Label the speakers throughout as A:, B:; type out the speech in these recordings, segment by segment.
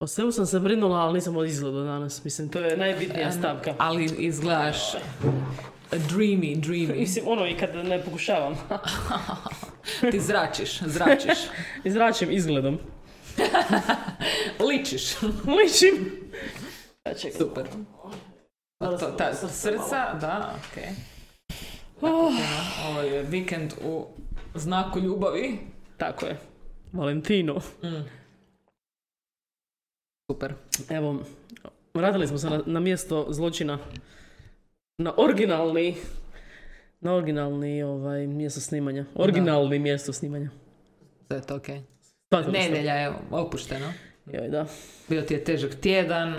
A: O svemu sam se brinula, ali nisam o izgledu danas. Mislim, to je najbitnija stavka.
B: Ali izgledaš dreamy, dreamy.
A: Mislim, ono i kad ne pokušavam.
B: Ti zračiš, zračiš.
A: Izračim izgledom.
B: Ličiš.
A: Ličim. Ja, čekaj.
B: Super. A to, ta, srca, da, ok.
A: Oh,
B: Ovo je vikend u znaku ljubavi. Mm.
A: tako je. Valentino.
B: Super.
A: Evo, vratili smo se na, na mjesto zločina. Na originalni na originalni ovaj, mjesto snimanja. Originalni mjesto snimanja.
B: To je to ok.
A: Shvatili ste?
B: Nedjelja je opušteno.
A: Joj, da.
B: Bio ti je težak tjedan.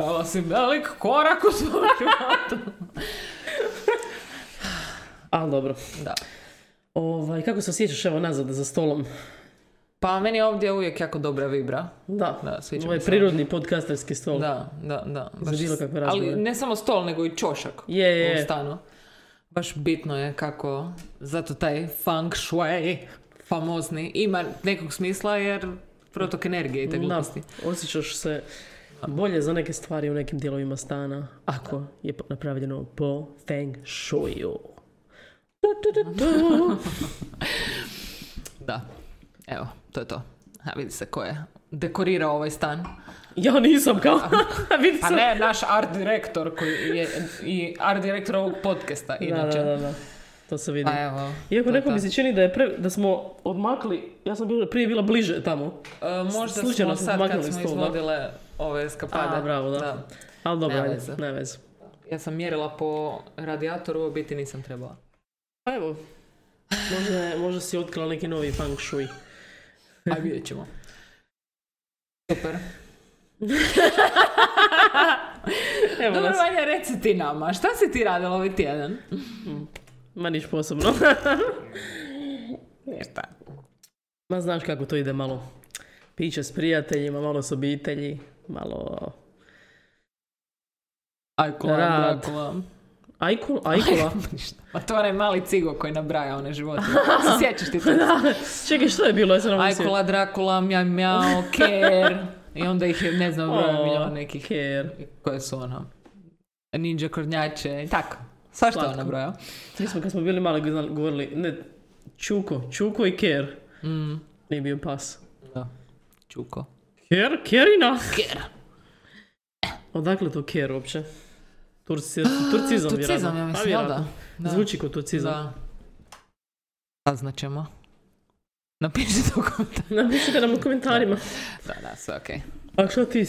B: Dala si velik korak u svom životu.
A: Ali dobro.
B: Da.
A: Ovaj, kako se osjećaš evo nazad za stolom?
B: Pa meni je ovdje uvijek jako dobra vibra.
A: Da,
B: Da, sviđa mi
A: ovaj
B: se.
A: prirodni podcasterski stol.
B: Da, da, da.
A: Za bilo kakve razgovore.
B: ali ne samo stol, nego i čošak
A: Je, je,
B: u
A: je.
B: stanu. Baš bitno je kako, zato taj feng shui famozni ima nekog smisla jer protok energije i te
A: Da,
B: gluposti.
A: osjećaš se bolje za neke stvari u nekim dijelovima stana ako je po- napravljeno po feng shuiu. Tu, tu, tu, tu.
B: Da. Evo, to je to. A vidi se ko je dekorirao ovaj stan.
A: Ja nisam kao, vidi
B: Pa
A: sam.
B: ne, naš art direktor koji je i art direktor ovog podcasta
A: Da,
B: inače.
A: da, da, da. To se vidi.
B: Pa evo.
A: Iako
B: to je
A: neko
B: to.
A: mi se čini da, je pre- da smo odmakli, ja sam bila, prije bila bliže tamo,
B: E, možda
A: slučajno smo
B: smo sad kad
A: maknuli
B: smo
A: stol, da.
B: izvodile ove eskapade.
A: A, bravo, da. ali dobro,
B: Pa Nema
A: ajde,
B: veze.
A: nema veze.
B: Ja sam mjerila po radijatoru, u biti nisam trebala.
A: Pa evo, možda, je- možda si otkrila neki novi feng shui.
B: A vidjet ćemo. Super.
A: Evo
B: Dobro,
A: nas,
B: Vanja, reci ti nama, šta si ti radila ovaj tjedan?
A: ma niš posebno.
B: Ništa.
A: Ma znaš kako to ide malo. Piće s prijateljima, malo s obitelji, malo...
B: Ajkula,
A: Rad.
B: Drakula.
A: Ajkula? Ajkula?
B: Ništa. Ma Pa to je onaj mali cigo koji nabraja one životinje. Se sjećaš ti to?
A: Čekaj, što je bilo? Ja sam namyslio.
B: Ajkula, Drakula, mjau, mjau, ker. I onda ih je, ne znam, broja
A: O,
B: milijuna nekih.
A: Ker.
B: Koje su ono? Ninja kornjače i tako. Svašta
A: Slatko.
B: ona broja.
A: Mi smo kad smo bili mali znali- govorili, ne, Čuko, Čuko i Ker.
B: Mm.
A: Nije bio pas.
B: Da. Čuko.
A: Ker, Kerina!
B: Ker.
A: Odakle to Ker uopće? Turci, turcizam,
B: Turcizam, ja
A: Pa
B: mislim, jel
A: vjerojatno.
B: da. da.
A: Zvuči kao turcizam.
B: Da. Saznat ćemo. Napišite u komentarima.
A: Napišite nam u komentarima.
B: Da, da, sve okej.
A: A što ti,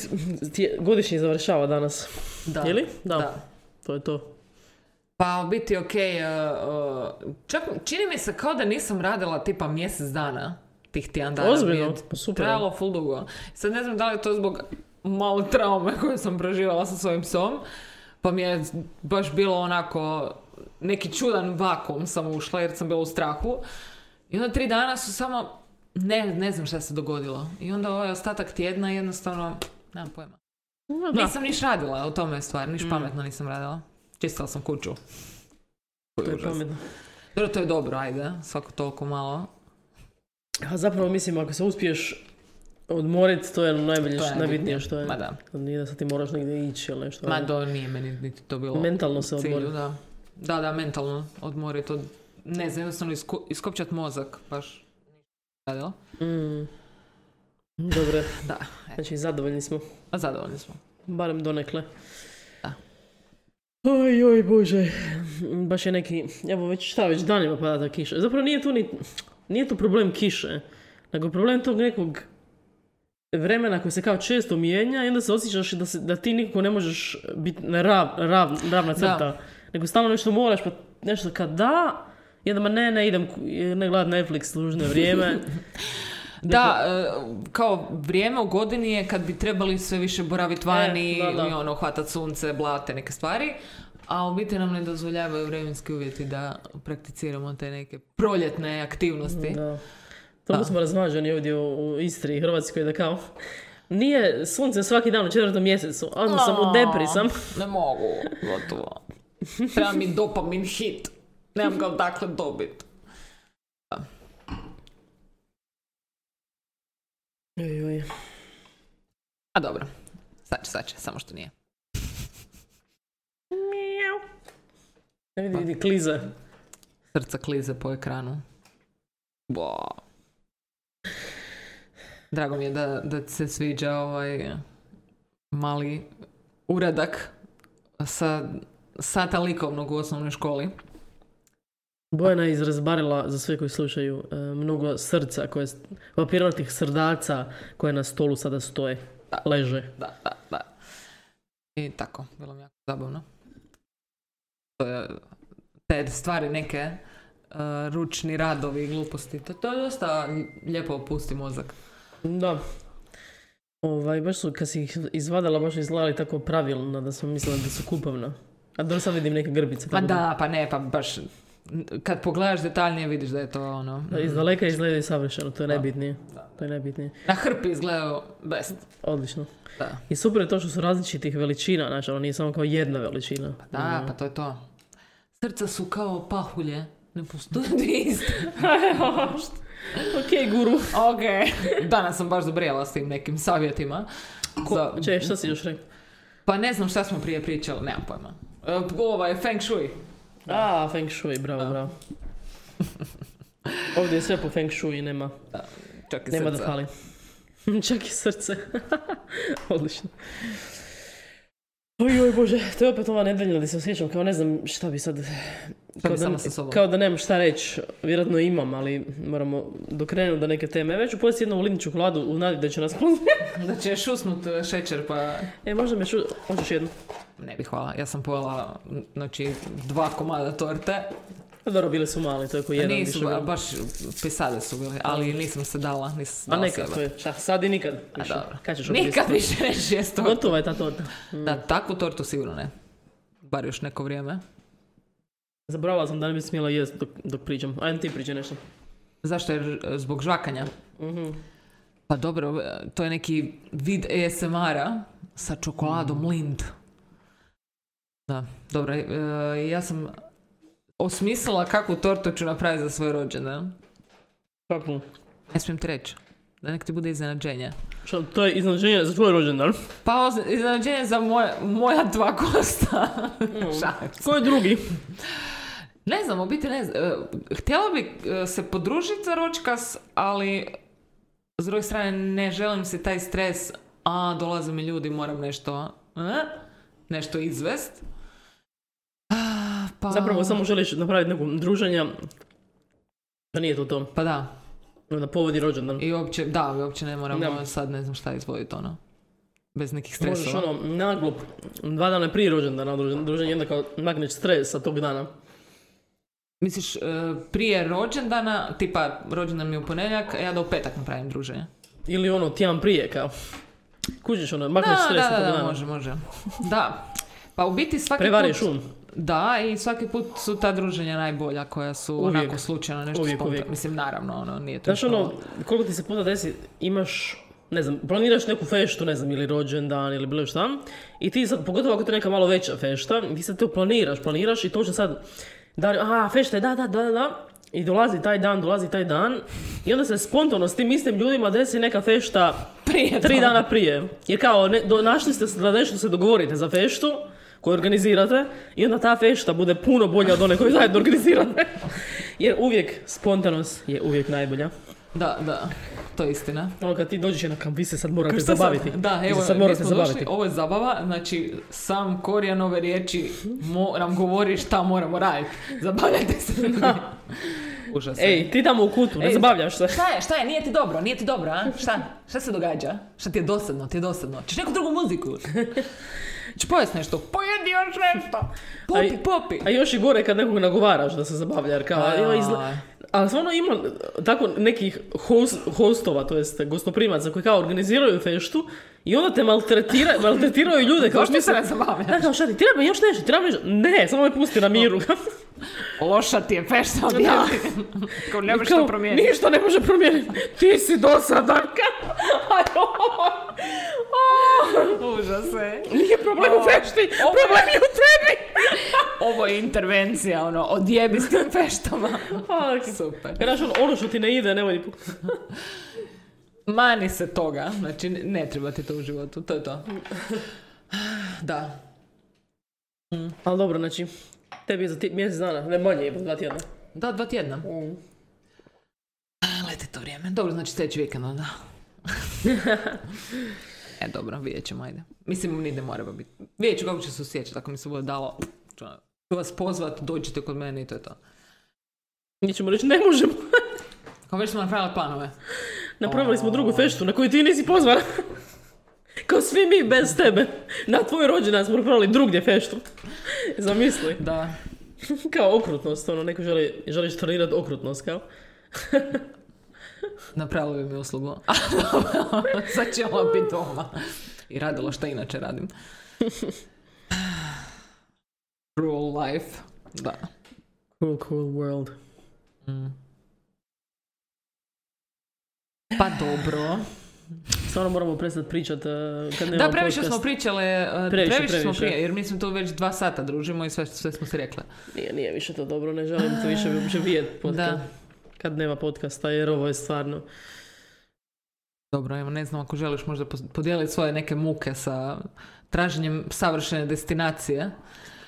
A: ti godišnji završava danas?
B: Da.
A: Jeli? Da.
B: Da.
A: To je to.
B: Pa u biti okej, e, e, čak čini mi se kao da nisam radila tipa mjesec dana tih tjedan dana.
A: Ozbiljno?
B: Mi je
A: Pa super.
B: Trajalo full dugo. Sad ne znam da li je to zbog malo traume koju sam proživjela sa svojim psom, pa mi je baš bilo onako neki čudan vakum sam ušla jer sam bila u strahu. I onda tri dana su samo, ne, ne znam šta se dogodilo. I onda ovaj ostatak tjedna jednostavno, nemam pojma.
A: No, da. Mm.
B: Nisam niš radila, u tome je stvar, niš pametno nisam radila. Čistila sam kuću. Koji
A: To je
B: užas.
A: pametno.
B: Dobro, to je dobro, ajde, svako toliko malo.
A: A zapravo mislim, ako se uspiješ odmorit, to je najbolje,
B: To je
A: najbitnije,
B: najbitnije.
A: što je.
B: Ma da.
A: Nije da sad ti moraš negdje ići ili nešto. ono,
B: Ma do, nije meni niti to bilo
A: Mentalno se
B: u cilju,
A: odmori.
B: da. Da, da, mentalno odmoriti od, ne znam, jednostavno isku- iskopčat mozak, baš radila.
A: Mm. Dobro, je.
B: Da, eto,
A: znači zadovoljni smo.
B: a zadovoljni smo.
A: Barem donekle.
B: Da.
A: Oj, oj, bože. Baš je neki, evo već šta, već danima pada ta kiša. Zapravo nije tu ni, nije tu problem kiše, nego problem tog nekog vremena koje se kao često mijenja i onda se osjećaš da, se, da ti nikako ne možeš biti na rav, rav, ravna crta. Nego stalno nešto moraš, pa nešto kad da, i onda ma ne, ne idem, ku- ne gledam Netflix služno vrijeme.
B: Da,
A: Dakle-
B: e, kao vrijeme u godini je kad bi trebali sve više boraviti vani
A: E, da, da.
B: i ono, hvatat sunce, blate, neke stvari. A u biti nam ne dozvoljavaju vremenski uvjeti da prakticiramo te neke proljetne aktivnosti.
A: Da. To smo razmaženi ovdje u, u Istri i Hrvatskoj da kao nije sunce svaki dan u četvrtom mjesecu, a onda sam u depri sam.
B: Ne mogu, gotovo. Treba mi dopamin hit. Nemam ga odakle dobit.
A: Oj, oj.
B: A dobro, sad će, sad će, samo što nije.
A: Miau. Ne vidi, vidi, klize.
B: Srca klize po ekranu. Bo. Drago mi je da, da ti se sviđa ovaj mali uradak sa sata likovnog u osnovnoj školi.
A: Bojana je izrazbarila, za sve koji slušaju, e, mnogo srca, koje, papirnatih srdaca koje na stolu sada stoje,
B: Da.
A: leže.
B: Da, da, da. I tako, bilo mi jako zabavno. To je- Te stvari neke, e, ručni radovi i gluposti, to, to je dosta lijepo opusti mozak.
A: Da. Ovaj, baš su, kad si ih izvadala, baš izgledali tako pravilno, da sam mislila da su kupovna. A dobro sad vidim neke grbice.
B: Pa
A: tako
B: da, pa ne, pa baš, kad pogledaš detaljnije vidiš da je to ono...
A: da- Mm. Iz daleka izgledaju savršeno, to je
B: Da.
A: najbitnije.
B: Da.
A: To je najbitnije.
B: Na hrpi izgledaju best.
A: Odlično.
B: Da,
A: I super je to što su različitih veličina, znači ono nije samo kao jedna veličina.
B: pa, da, pa to je to. Srca su kao pahulje. Ne postoje dvije iste.
A: ok, guru.
B: Ok. Danas sam baš zabrijala s tim nekim savjetima. Za-
A: Če, šta si još rekao?
B: Pa ne znam šta smo prije pričali, nemam pojma. E, Ovaj, Feng Shui.
A: A, Feng Shui, bravo, bravo. Ovdje je sve po Feng Shui, nema,
B: Čak i
A: nema da
B: srca.
A: fali. Čak i srce. Odlično. Oj, oj, bože, to je opet ova nedelja gdje se osjećam kao ne znam šta bi sad... Kao da,
B: sama sa sobom.
A: kao da nemam šta reći, vjerojatno imam, ali moramo dokrenuti do neke teme. Već ću pojesti jednu ulinju čokoladu u nadi da će nas
B: Da će šusnut e, šećer, pa
A: E, možda me ču... Hoćeš jednu?
B: ne bih hvala. Ja sam pojela, znači, dva komada torte.
A: Pa Dobro, bili su mali, to je ko jedan
B: Nisu,
A: više
B: ba-
A: gram.
B: baš pisade su bili, ali nisam se dala, nisam
A: A
B: se dala
A: nekad,
B: sebe.
A: to je, šta, sad i nikad
B: A
A: više.
B: dobro.
A: Kad ćeš
B: Nikad
A: okoristiti?
B: više neću jest tortu.
A: Gotova je ta torta.
B: Da, takvu tortu sigurno ne. Bar još neko vrijeme.
A: Zaboravila sam da ne bi smjela jest dok, dok pričam. Ajde ti priđe nešto.
B: Zašto? Jer e, zbog žvakanja.
A: Mhm.
B: Pa dobro, e, to je neki vid ASMR-a sa čokoladom Lind. Da, dobro. e, ja sam osmislila kakvu tortu ću napraviti za svoj rođendan.
A: Kako?
B: Ne smijem ti reći. Da nek ti bude iznenađenje.
A: Šta, to je iznenađenje za tvoj rođendan.
B: Pa oz- iznenađenje za moje, moja dva kosta. Šalim se.
A: Ko je drugi?
B: Ne znam, u biti ne znam. E, Htjela bi e, se podružiti za ručkas, ali s druge strane ne želim se taj stres, a dolaze mi ljudi, moram nešto, e, nešto izvest. Ah, Pa,
A: Zapravo samo želiš napraviti neko druženje. Da nije to to.
B: Pa da,
A: Da povodi rođendan.
B: i uopće, da, uopće ne moramo
A: Da.
B: sad ne znam šta izvoditi ono. Bez nekih
A: Možeš
B: stresova.
A: ono, naglup, dva dana prije rođendana ono, druženje, druženje onda kao nagneš stres sa tog dana.
B: Misliš, e, prije rođendana, tipa rođendan mi je u ponedjeljak, a ja da u petak napravim druženje.
A: Ili ono, tjedan prije kao. Kužiš ono, makneš
B: Da,
A: stres sa
B: da,
A: tog
B: da, da,
A: dana.
B: može, može. Da. Pa u biti svaki
A: Prevariš
B: put...
A: um.
B: Da, i svaki put su ta druženja najbolja koja su
A: Uvijek.
B: onako slučajno nešto
A: Uvijek,
B: uvijek,
A: uvijek.
B: Mislim, naravno, ono, nije to
A: Znaš
B: ništa
A: ono,
B: novo.
A: koliko ti se puta desi, imaš, ne znam, planiraš neku feštu, ne znam, ili rođendan ili bilo šta, i ti sad, pogotovo ako je to neka malo veća fešta, ti sad to planiraš, planiraš i točno sad, dan, a, fešta je, da, da, da, da, da, i dolazi taj dan, dolazi taj dan, i onda se spontano s tim istim ljudima desi neka fešta
B: Prije
A: tri
B: toga.
A: dana prije. Jer kao, ne, do- našli ste se da nešto se dogovorite za feštu, koju organizirate, i onda ta fešta bude puno bolja od one koju zajedno organizirate. Jer uvijek spontanost je uvijek najbolja.
B: Da, da, to je istina.
A: Ono kad ti dođeš na kamp, vi se sad morate
B: Šta sad?
A: zabaviti.
B: Da,
A: Vi se
B: evo,
A: sad
B: mi
A: morate
B: smo
A: zabaviti.
B: došli, ovo je zabava, znači sam korijan ove riječi moram govori šta moramo raditi. Zabavljajte se. Užasno.
A: Ej, ti tamo u kutu, ne
B: Ej.
A: zabavljaš se.
B: Šta je, šta je, nije ti dobro, nije ti dobro, a? Šta? Šta se događa? Šta ti je dosadno, ti je dosadno? Češ neku drugu muziku? Češ pojest nešto? Pojedi još nešto! Popi,
A: Aj-
B: popi!
A: A još i gore kad nekog nagovaraš da se zabavlja, jer kao,
B: A.
A: joj, izle... Ali stvarno ima tako nekih host, hostova, to jest gostoprimaca koji kao organiziraju feštu i onda te maltretira, maltretiraju ljude kao
B: Zašto
A: što
B: se
A: se...
B: ne zabavlja?
A: Da, kao šta ti, treba mi još nešto, treba mi još... Ne, samo me pusti na miru.
B: Loša ti je fešta od
A: Da.
B: Kao ne možeš
A: Kao,
B: to promijeniti.
A: Ništa ne može promijeniti. Ti si dosadan. Kao, aj, oj.
B: Užase.
A: Nije problem u fešti,
B: e. Ovo je-
A: problem je u tebi.
B: Ovo je intervencija, ono, odjebi s tim feštama.
A: Fuck.
B: Super.
A: Znaš, ono, ono što ti ne ide, nemoj ni puk-
B: Mani se toga. Znači, ne- ne treba ti to u životu. To je to. Da.
A: Ali dobro, znači, tebi je za ti- mjesec dana, ne manje, je dva tjedna.
B: Da, dva tjedna.
A: Mm.
B: Leti to vrijeme. Dobro, znači sljedeći vikend onda. e, dobro, vidjet ćemo, ajde. Mislim, ni ne moramo biti. Vidjet ću kako će se osjećati, ako mi se bude dalo. Ću vas pozvat, dođite kod mene i to je to.
A: Mi ćemo reći, ne možemo.
B: Kao već smo napravili planove.
A: Napravili smo drugu feštu na koju ti nisi pozvana. Kao svi mi bez tebe. Na tvoj rođendan smo napravili drugdje feštu. Zamisli.
B: Da.
A: Kao okrutnost, ono, neko želi, želiš trenirati okrutnost, kao.
B: Napravili bi mi uslugu. Sad ću ona biti doma. I radila šta inače radim. Rural life. Da.
A: Cool, cool world.
B: Pa dobro.
A: Stvarno moramo prestati pričat e, kad nemamo
B: Da, previše
A: podcast.
B: smo pričale, e,
A: Previše,
B: previše, smo
A: previše.
B: prije, jer mislim tu već dva sata družimo i sve, sve smo se rekle.
A: Nije, nije više to dobro, ne želim to više uopće vidjeti podcast.
B: Da.
A: Kad nema podcasta, jer ovo je stvarno...
B: Dobro, evo ne znam ako želiš možda pos- podijeliti svoje neke muke sa traženjem savršene destinacije u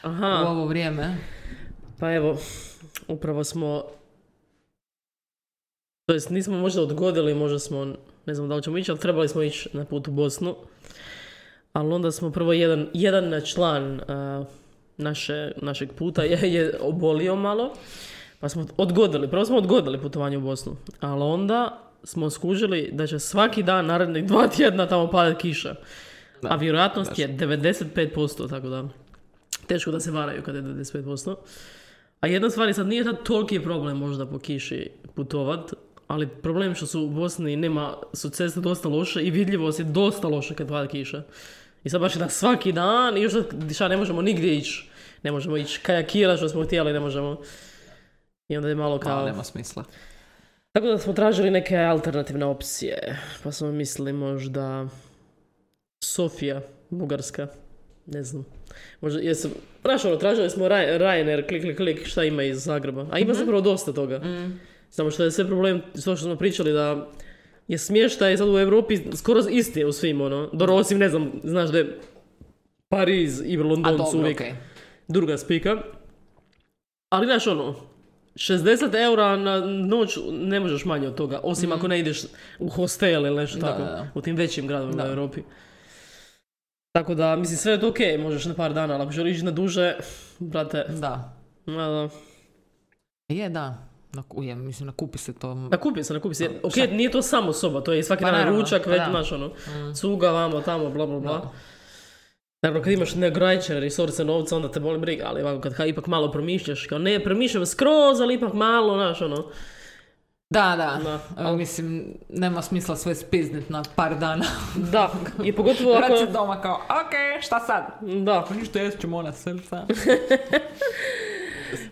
A: Aha,
B: ovo vrijeme.
A: pa evo, upravo smo... To jest, nismo možda odgodili, možda smo, ne znam da li ćemo ići, ali trebali smo ići na put u Bosnu. Ali onda smo prvo jedan, jedan član a, naše, našeg puta je, je obolio malo. Pa smo odgodili, prvo smo odgodili putovanje u Bosnu. Ali onda smo skužili da će svaki dan narednih dva tjedna tamo padati kiša. A vjerojatnost je 95%, tako da teško da se varaju kad je 95%. A jedna stvar je sad nije sad toliki problem možda po kiši putovat, ali problem je što su u Bosni nema, su ceste dosta loše i vidljivost je dosta loša kad pada kiša. I sad baš je da svaki dan i još sad šta, ne možemo nigdje ići. Ne možemo ići kajakira što smo htjeli, ne možemo. I onda je malo kao...
B: Kao nema smisla.
A: Tako da smo tražili neke alternativne opcije, pa smo mislili možda Sofija, Bugarska, ne znam. Možda, jesam, znaš ono, tražili smo Raj- Ryanair, klik, klik, klik, šta ima iz Zagreba. A ima
B: Mhm.
A: zapravo dosta toga.
B: Mm.
A: Samo što je sve problem, s to što smo pričali da je smještaj sad u Europi skoro isti u svim, ono. Dobro, osim, ne znam, znaš da je Pariz i
B: A
A: London su
B: dobro,
A: uvijek
B: okej.
A: druga spika. Ali znaš ono, 60 eura na noć ne možeš manje od toga, osim ako ne ideš u hostel ili nešto
B: Mhm. Da,
A: tako,
B: da, da.
A: u tim većim gradovima
B: Da.
A: u Europi. Tako da, mislim, sve je to okej, možeš na par dana, ali ako želiš na duže, brate,
B: Da.
A: ma da.
B: Je, da. Na, ku- je, mislim, nakupi se to.
A: Nakupi se, nakupi se. Ok, nije to samo soba, to je i svaki
B: Pa
A: dan
B: naravno,
A: ručak,
B: pa
A: već
B: da. Mm.
A: imaš ono, cuga vamo, tamo, bla, bla, bla. Naravno, kad imaš neograničene resurse novca, onda te boli briga, ali ovako kad ka- ipak malo promišljaš, kao ne, promišljam skroz, ali ipak malo, znaš, ono,
B: Da, da.
A: Da.
B: Ali mislim, nema smisla sve spiznit na par dana.
A: Da, i pogotovo
B: Vrat
A: ako...
B: se doma kao, ok, šta sad?
A: Da,
B: Pa ništa, jest ćemo ona srca.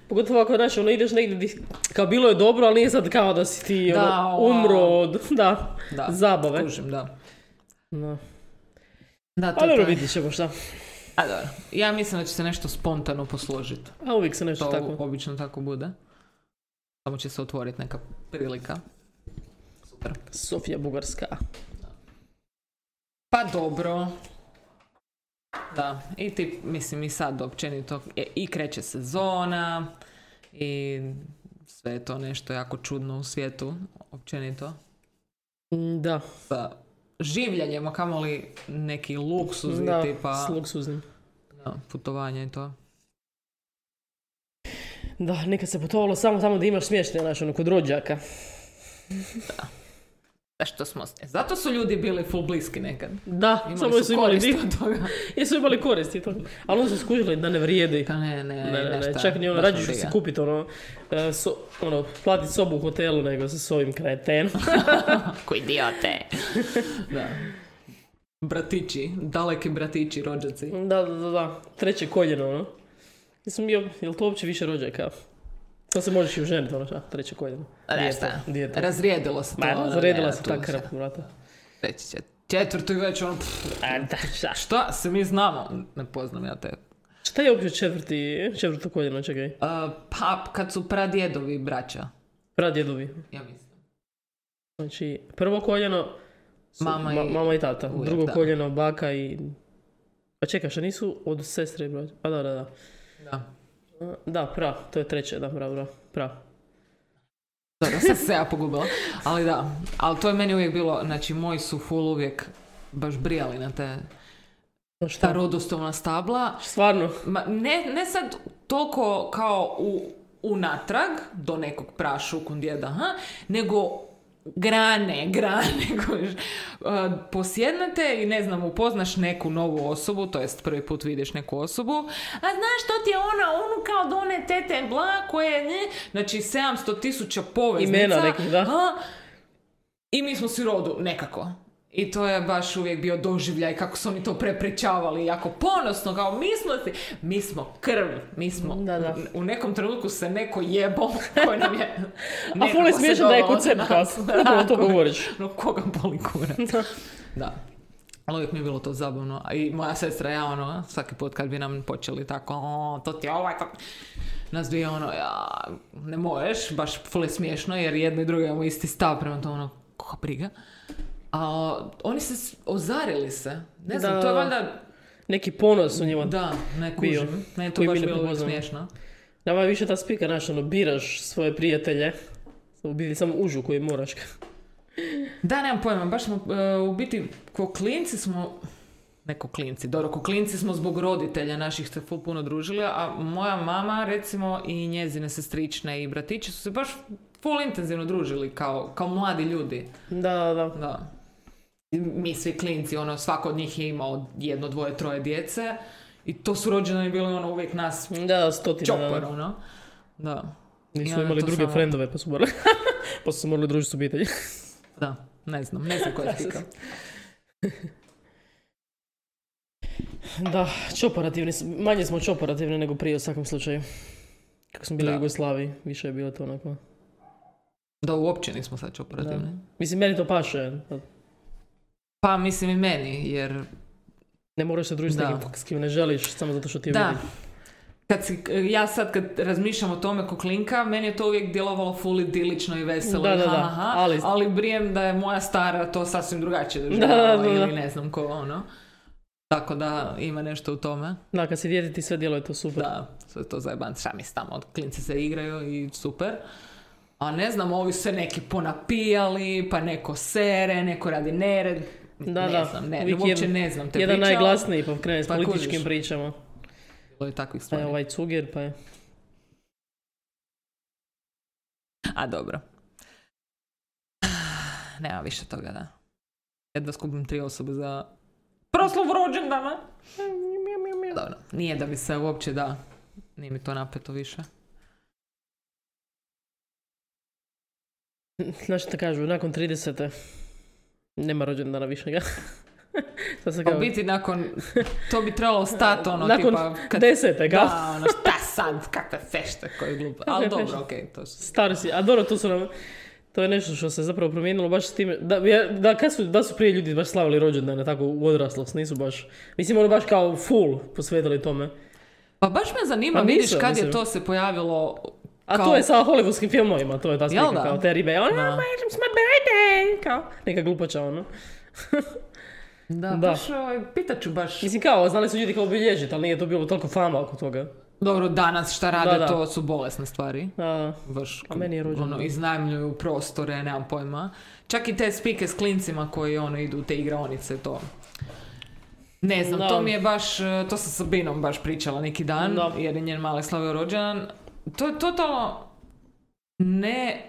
A: pogotovo ako, znaš, ono, ideš negdje di- kao bilo je dobro, ali nije sad kao da si ti
B: Da,
A: ono,
B: wow.
A: umro od, da,
B: Da,
A: zabave.
B: Kužim, da.
A: Da.
B: Da, to
A: Ali
B: je
A: Pa dobro,
B: to.
A: vidit ćemo šta.
B: A dobro. Ja mislim da će se nešto spontano posložiti.
A: A uvijek se nešto
B: To
A: tako.
B: obično tako bude. Samo će se otvoriti neka prilika. Super.
A: Sofija Bugarska.
B: Pa dobro. Da, i ti, mislim, i sad općenito, je- i kreće sezona, i sve je to nešto jako čudno u svijetu, općenito.
A: Mm, Da,
B: Sa življenjem, a kamoli neki luksuz i
A: da,
B: tipa
A: s luksuznim.
B: da, putovanja i to.
A: Da, nekad se putovalo samo tamo da imaš smještaj, znaš, ono, kod rođaka.
B: Zašto smo, zato su ljudi bili full bliski nekad.
A: Da,
B: Imali
A: samo su imali,
B: korist
A: di-
B: od toga.
A: jesu imali koristi to. Ali onda su skužili da ne vrijedi.
B: Pa ne, ne,
A: Ne, ne, ne,
B: nešta,
A: čak ni ono,
B: baš me
A: rađe ću si
B: briga.
A: kupit ono, e, so, ono, platit sobu u hotelu nego se s ovim kretenom.
B: Koji idiote. da. Bratići, daleki bratići, rođaci.
A: Da, da, da, da. Treće koljeno, ono. Mislim, je, jel to uopće više rođaka? To se možeš i uženiti, ono šta, treće koljeno.
B: Pa Rešta.
A: Dijeta, dijeta.
B: Razrijedilo se to.
A: Ma,
B: ono,
A: razredila
B: ne,
A: se
B: tu
A: ta krv, brate.
B: Reći će. Četvrtu i već ono, pff,
A: A, da, šta, šta?
B: šta se mi znamo? Ne poznam ja te.
A: Šta je uopće četvrti, četvrto koljeno, čekaj.
B: A, pa, kad su pradjedovi braća,
A: Pradjedovi.
B: ja mislim.
A: Znači, prvo koljeno, su
B: Mama
A: ma-
B: i-
A: mama i tata.
B: ujak,
A: Drugo
B: da.
A: koljeno, baka i... Pa čekaj, što nisu od sestre i braća? Pa da, da, da.
B: Da.
A: Da, prav, to je treće, da, prav, prav, prav.
B: Dobro, sad se ja pogubila. Ali da, ali to je meni uvijek bilo, znači moji su full uvijek baš brijali na te
A: Pa
B: ta
A: šta?
B: rodostovna stabla.
A: Stvarno,
B: Ma, ne, ne sad toliko kao u, unatrag do nekog prašu kod djeda, aha, nego grane, grane. kužiš. Uh, Posjednete i ne znam, upoznaš neku novu osobu, to jest prvi put vidiš neku osobu, a znaš što ti je ona, onu kao do one tete bla koje, ne, znači 700 tisuća poveznica.
A: Imena nekih, da.
B: a, i mi smo si rodu, nekako. I to je baš uvijek bio doživljaj kako su oni to prepričavali, jako ponosno, kao mi smo si, mi smo krv, mi smo,
A: Da, da.
B: u nekom trenutku se neko jebo koji nam je...
A: a
B: nekako
A: ful je
B: se
A: smiješno da je
B: doveo
A: koncept
B: od
A: kas.
B: nas.
A: Upravo to
B: Da,
A: govoriš.
B: no koga boli kurac. Da. Ali uvijek mi je bilo to zabavno. A I moja sestra i ja, ono, svaki put kad bi nam počeli tako, "O, to ti je ovaj, to... Nas dvije, ono, ja, ne možeš, baš fule smiješno, jer jedno i drugo imamo isti stav prema tomu, ono, koga briga. A o, oni se s- ozarili se. Ne znam,
A: Da.
B: to je valjda,
A: Neki ponos u njima.
B: da, ne
A: Bio.
B: kužim. Ne, to
A: Koji mi
B: baš
A: ne
B: bilo uvijek
A: prepoznamo.
B: smiješno.
A: Nama je više ta spika, znaš, ono, biraš svoje prijatelje. U biti samo užu koji moraš.
B: Da, nemam pojma, baš smo, e, u biti, ko klinci smo, ne ko klinci, dobro, ko klinci smo zbog roditelja naših se ful puno družili, a moja mama, recimo, i njezine sestrične i bratići su se baš ful intenzivno družili kao, kao mladi ljudi,
A: Da, da, da.
B: da. Mi svi klinci, ono, svako od njih je imao jedno, dvoje, troje djece i to su rođeni bili, ono, uvijek nas
A: Da, stotina. da, da.
B: čopor, ono. Da. I
A: Nisu
B: onda
A: imali
B: to
A: druge
B: samo-
A: frendove, pa su morali, pa su se morali družiti s obitelji.
B: Da, ne znam, ne znam ko je stika.
A: Da, čoparativni, smo- manje smo čoparativni nego prije u svakom slučaju. Kako smo bili u
B: Da.
A: Jugoslaviji, više je bilo to onako.
B: Da, uopće nismo sad operativni.
A: Mislim, meni to paše.
B: Pa mislim i meni, jer
A: Ne moraš se družiti s
B: Da.
A: nekim s kim ne želiš, samo zato što ti je
B: da.
A: vidi.
B: Kad si, ja sad kad razmišljam o tome ko klinka, meni je to uvijek djelovalo ful idilično i veselo.
A: Da,
B: i
A: da,
B: ha,
A: da,
B: ha, ha, ali...
A: ali-
B: brijem da je moja stara to sasvim drugačije
A: Da,
B: doživljavala
A: da, da, da.
B: ili ne znam ko ono. Tako da ima nešto u tome.
A: Da, kad si dijete ti sve djeluje to super.
B: Da, sve to zajeban mi tamo, klinci se igraju i super. A ne znam, ovi se neki ponapijali, pa neko sere, neko radi nered.
A: Da,
B: ne
A: da.
B: znam, ne,
A: Uvijek
B: uopće
A: jedan-
B: ne znam te
A: Jedan
B: priče, ali
A: najglasniji pa krene s
B: Pa
A: političkim
B: kužiš.
A: pričama.
B: bilo je takvih
A: Pa je
B: stvari.
A: ovaj cugir, pa je...
B: A dobro. Nema više toga, da. Jedva skupim tri osobe za proslavu rođendana. Dobro, nije da bi se uopće da. Nije mi to napeto više.
A: Znaš šta kažu, nakon 30. Nema rođendana više ga. Sad se
B: Pa u biti nakon, to bi trebalo stati ono
A: Nakon
B: tipa... Kad,
A: desete, ga.
B: da, ono šta sad, kakve fešte koje glupa. Ali
A: je
B: dobro,
A: fešta?
B: okej, to su...
A: Stari si, a dobro, to su nam... To je nešto što se zapravo promijenilo baš s time, da, ja- da, kad su, da su prije ljudi baš slavili rođendane, tako u odraslost, nisu baš, mislim ono baš kao full posvetili tome.
B: Pa baš me zanima,
A: Pa
B: vidiš
A: nisam,
B: kad je
A: mislim.
B: to se pojavilo
A: A
B: kao...
A: to je sa hollywoodskim filmovima, to je ta slika,
B: Jel da?
A: kao te ribe, ono,
B: Da.
A: "Oh, it's my birthday, kao, neka glupača, ono.
B: Da,
A: Da.
B: baš, ovaj, pitat ću baš...
A: Mislim kao, znali su ljudi kao obilježiti, ali nije to bilo toliko fama oko toga.
B: Dobro, danas šta rade,
A: Da, da.
B: to su bolesne stvari.
A: A,
B: baš
A: A meni je rođendan.
B: ono, iznajmljuju prostore, nemam pojma. Čak i te spike s klincima koji ono, idu u te igraonice, to. Ne znam,
A: Da.
B: to mi je baš, eh, to sam Sabinom baš pričala neki dan,
A: Da.
B: jer je njen mali slavio rođendan. To je totalno ne,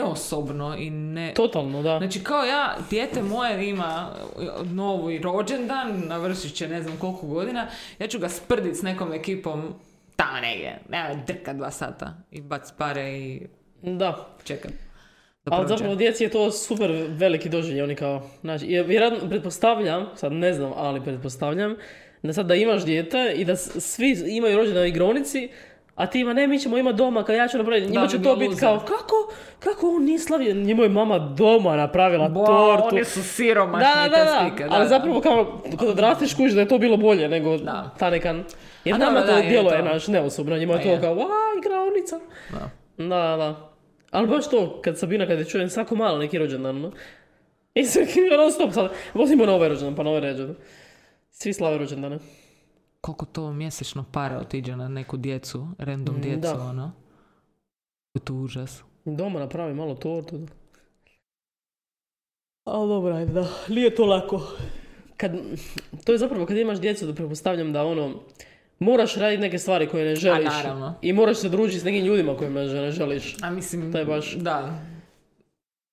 B: neosobno i ne...
A: totalno, da.
B: Znači kao ja, dijete moje ima e, novi rođendan, navršit će ne znam koliko godina, ja ću ga sprdit s nekom ekipom tamo negdje, nema drka dva sata i bac pare i
A: Da,
B: čekam. da
A: ali
B: prođe.
A: zapravo djeci je to super veliki doživljaj, oni kao, znači, jer vjerojatno pretpostavljam, sad ne znam, ali pretpostavljam, da sad da imaš dijete i da s- svi imaju rođendan u igronici, a ti ima, ne, mi ćemo imat doma, kao ja ću napraviti, njima
B: bi
A: će
B: bio
A: to biti
B: loser.
A: kao, kako, kako on nije slavio, njemu je mama doma napravila
B: Bo,
A: tortu.
B: oni su siromašni
A: Da,
B: te
A: da, da,
B: slike,
A: ali zapravo kao, kad odrasteš kužiš da je to bilo bolje nego
B: Da.
A: ta neka,
B: A
A: jer nama
B: dobro, da,
A: to
B: je
A: djelo
B: to.
A: je naš neosobno, njima
B: Pa
A: je
B: je.
A: to kao, "Wa, igraonica.
B: Da.
A: Da, da. Ali baš to, kad Sabina, kad je čujem svako malo neki rođendan, no? I sve non stop sad. Vozimo nove rođendane, pa nove rođendane. Svi slave rođendane.
B: Koliko to mjesečno para otiđe na neku djecu, random
A: Mm,
B: djecu,
A: da.
B: ono. To je to užas.
A: Doma napravi malo tortu. Ali dobro, ajde, da. Nije to lako. Kad, to je zapravo kad imaš djecu, da pretpostavljam da ono, moraš raditi neke stvari koje ne želiš.
B: naravno.
A: I moraš se družiti s nekim ljudima kojima ne želiš.
B: A mislim,
A: To je baš-
B: da,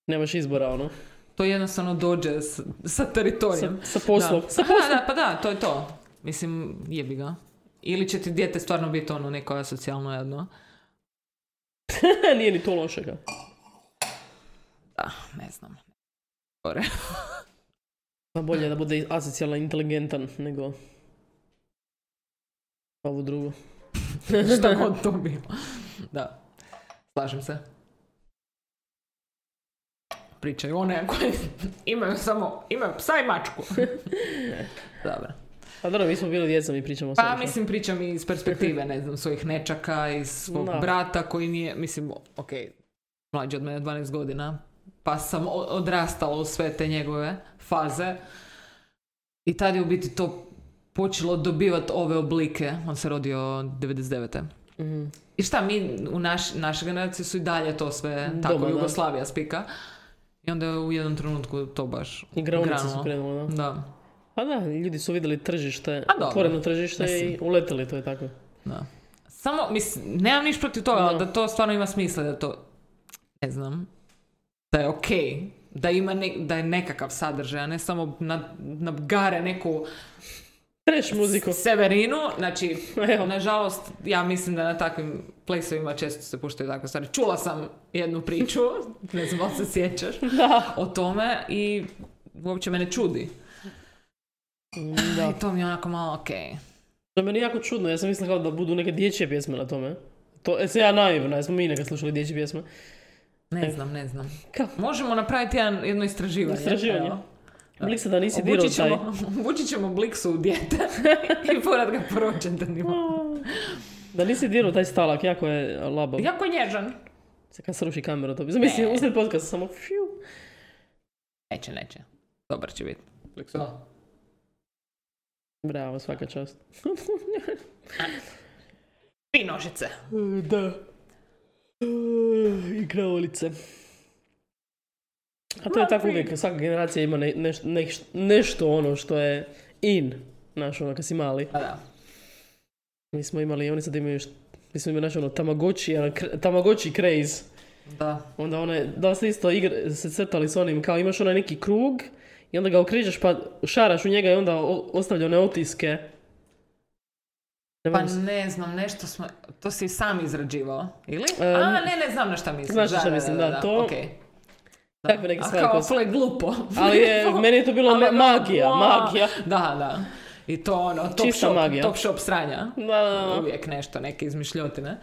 A: Nemaš izbora, ono.
B: to jednostavno dođe s- sa
A: Sa,
B: teritorijem.
A: sa poslom.
B: Da.
A: Sa
B: Aha, da, pa da, to je to. Mislim, jebi ga. Ili će ti dijete stvarno biti ono neko asocijalno jedno.
A: poslom. Nije ni to loše. ga.
B: Da, ne znam.
A: Pa bolje da bude asocijalno inteligentan nego ovo drugo.
B: Šta god to bilo. Da. Slažem se. Pričaju one koje imaju samo, imaju psa i mačku. Dobro.
A: A Pa dobro, mi smo bili djeca, mi pričamo o
B: Pa
A: svemu.
B: mislim pričam i iz perspektive, ne znam, svojih nečaka, iz svog
A: Da.
B: brata koji nije, mislim, ok, mlađi od mene 12 godina, pa sam o- odrastala u sve te njegove faze. I tad je u biti to počelo dobivati ove oblike. On se rodio 99.
A: Mhm.
B: I šta, mi u naš, naše generacije su i dalje to sve, tako,
A: Doma, da.
B: Jugoslavija spika. I onda je u jednom trenutku to baš
A: I graunice su
B: granulo.
A: krenule, da.
B: Da,
A: Pa da, ljudi su vidjeli tržište,
B: A dobro.
A: otvoreno tržište i
B: Mislim.
A: uleteli, to je tako.
B: da. Samo, mislim, nemam niš protiv toga, ali
A: Da.
B: da to stvarno ima smisla, da to, ne znam, da je okej, da, ima ne- da je nekakav sadržaj, a ne samo na, nabgare neku
A: Trash muziku.
B: severinu, znači,
A: Evo.
B: nažalost, ja mislim da na takvim plesovima često se puštaju takve stvari. Čula sam jednu priču, ne znam da li se sjećaš,
A: Da.
B: o tome i uopće me ne čudi.
A: Mm, Da.
B: I to mi je onako malo ok.
A: To je meni jako čudno, ja sam mislila kao da budu neke dječje pjesme na tome. To, e, se ja naivna, jer smo mi nekad slušali dječje pjesme.
B: Ne znam, ne znam.
A: Kao?
B: Možemo napraviti jedan, jedno istraživanje.
A: Istraživanje.
B: Pa evo.
A: Blik se da nisi dirao
B: Obučit
A: taj.
B: ćemo, obučit ćemo bliksu u dijete i porat ga po rođendanima.
A: Da nisi dirao taj stalak, jako je labav.
B: Jako je nježan.
A: Se kad sruši kamera, to bi zamislio,
B: Ne.
A: uslijed podcasta samo fiu.
B: Neće, neće. Dobar će biti. Bliksu.
A: Bravo, svaka čast.
B: Tri nožice.
A: da. Eh, I kravolice. A to je tako uvijek, svaka generacija ima ne- neš- neš- nešto ono što je in, znaš ono kad si mali.
B: Pa da.
A: Mi smo imali, oni sad imaju, št- mi smo imali naš ono Tamagotchi, ono, kre- Tamagotchi craze.
B: Da.
A: Onda one, da ste isto igre, se crtali s onim, kao imaš onaj neki krug i onda ga okrižaš pa šaraš u njega i onda o- ostavlja one otiske. Ne
B: Pa
A: mogu se-
B: ne znam, nešto smo... To si sam izrađivao, ili?
A: E,
B: A, ne, ne, znam na šta mislim.
A: znaš na šta mislim, da, to-
B: okej.
A: Takve neke
B: A
A: stvari
B: kao,
A: koje su-
B: gle, glupo.
A: Ali je, meni je to bilo ma-
B: Ali ono,
A: magija,
B: wow.
A: magija.
B: Da, da. I to ono, top
A: Čista
B: shop,
A: magija.
B: top shop sranja.
A: Da, da, da.
B: Uvijek nešto, neke izmišljotine.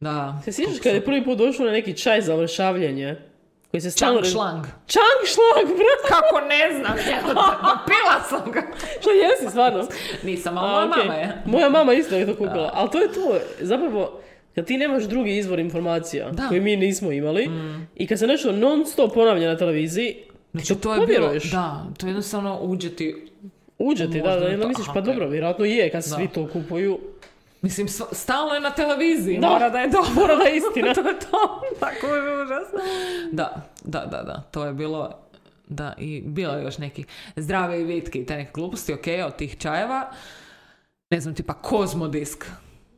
B: Da.
A: Se sjećaš kad je prvi put došlo na neki čaj za mršavljenje? Koji se stalno...
B: Čang šlang.
A: Čang šlag, brate!
B: Kako ne znam, evo te, pa pila sam ga.
A: Šta jesi, stvarno?
B: Nisam, ali
A: A,
B: moja
A: okej.
B: mama je.
A: Moja mama isto je to kupila. Ali to je to. Zapravo, kad ti nemaš drugi izvor informacija
B: Da. Mm.
A: koji mi nismo imali i kad se nešto non stop ponavlja na televiziji,
B: Znači, to je bilo,
A: povjeruješ.
B: da, to je jednostavno uđe ti
A: Uđe ti, da,
B: Možda
A: da,
B: je
A: i onda
B: to-
A: misliš,
B: aha,
A: pa
B: ok.
A: dobro, vjerojatno je kad
B: Da.
A: svi to kupuju.
B: Mislim, s- stalno je na televiziji,
A: Da.
B: mora da je dobro.
A: Mora da je istina.
B: to je to, tako je užasno. Da, da, da, da, to je bilo, da, i bilo je još neki zdrave i vitki i te neke gluposti, ok, od tih čajeva. Ne znam, tipa kozmodisk.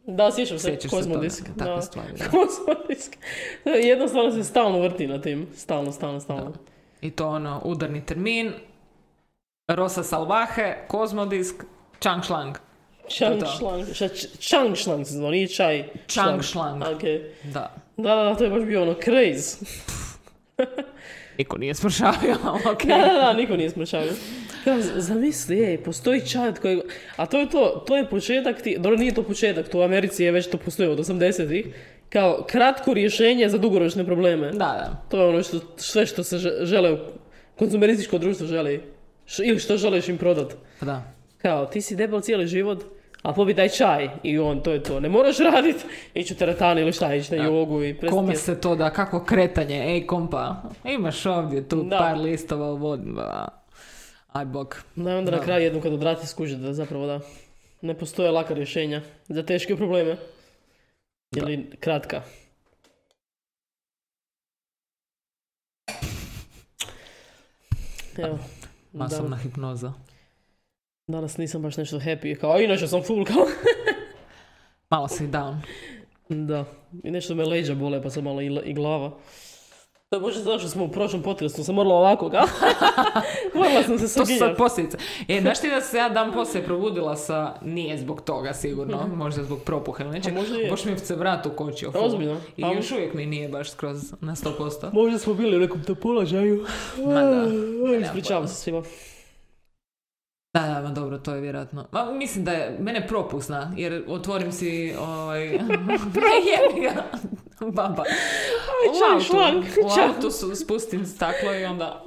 A: Da, sjećam se,
B: Sjećaš se
A: Kozmodisk.
B: toga,
A: da.
B: takve stvari, da.
A: Kozmodisk. Jednostavno se stalno vrti na tim. Stalno, stalno, stalno.
B: I to ono, udarni termin, Rosa Salvaje, kozmodisk, Chang Shlang.
A: Chang
B: To je to.
A: šlang. Šta, č- Chang šlang se zvao, nije čaj.
B: Chang Shlang,
A: Okej.
B: da.
A: Da, da, da, to je baš bio ono craze.
B: Niko nije smršavio, ali ok.
A: Da, da, da, niko nije smršavio. Kao, z- zamisli, ej, postoji čaj od kojeg... A to je to, to je početak ti... Dobro, nije to početak, to u Americi je već to postoji od 80-ih. Kao, kratko rješenje za dugoročne probleme.
B: Da, da.
A: To je ono što, sve što se že- žele, konzumerističko društvo želi. Š- ili što želiš im prodat.
B: Pa Da.
A: Kao, ti si debel cijeli život, a pobi daj čaj i on to je to. Ne moraš radit, ići u teretanu ili šta, ići na jogu i prestati
B: Kome
A: jest.
B: se to da, kako kretanje, ej kompa, imaš ovdje tu
A: Da.
B: par listova u vodu, ba. aj bok.
A: Da, i onda na kraju jednom kad odrati skuži da zapravo da ne postoje laka rješenja za teške probleme. Ili kratka. Evo,
B: Masovna
A: da,
B: hipnoza.
A: danas nisam baš nešto happy, kao a inače sam full kao.
B: Malo si down.
A: da, i nešto me leđa bole pa sam malo i, i glava. To je možda zašto smo u prošlom podcastu, sam morala ovako kao. morala sam se
B: To su
A: suginjati.
B: sad posljedice. E, znaš ti da se ja dan poslije probudila sa... Nije zbog toga sigurno, možda zbog propuha ili nečeg.
A: Mhm. A možda je.
B: Baš mi je se vrat ukočio. full.
A: Ozbiljno?
B: I
A: A-
B: još uvijek mi nije baš skroz na 100%.
A: Možda smo bili u nekom to položaju.
B: Ma da.
A: Ispričavam se svima.
B: Da, da, ma dobro, to je vjerojatno. Ma, mislim da je mene propusna, jer otvorim si ovaj... Jebi ga. Baba.
A: čaj,
B: U autu,
A: šlang,
B: u
A: čaj.
B: autu su, spustim staklo i onda...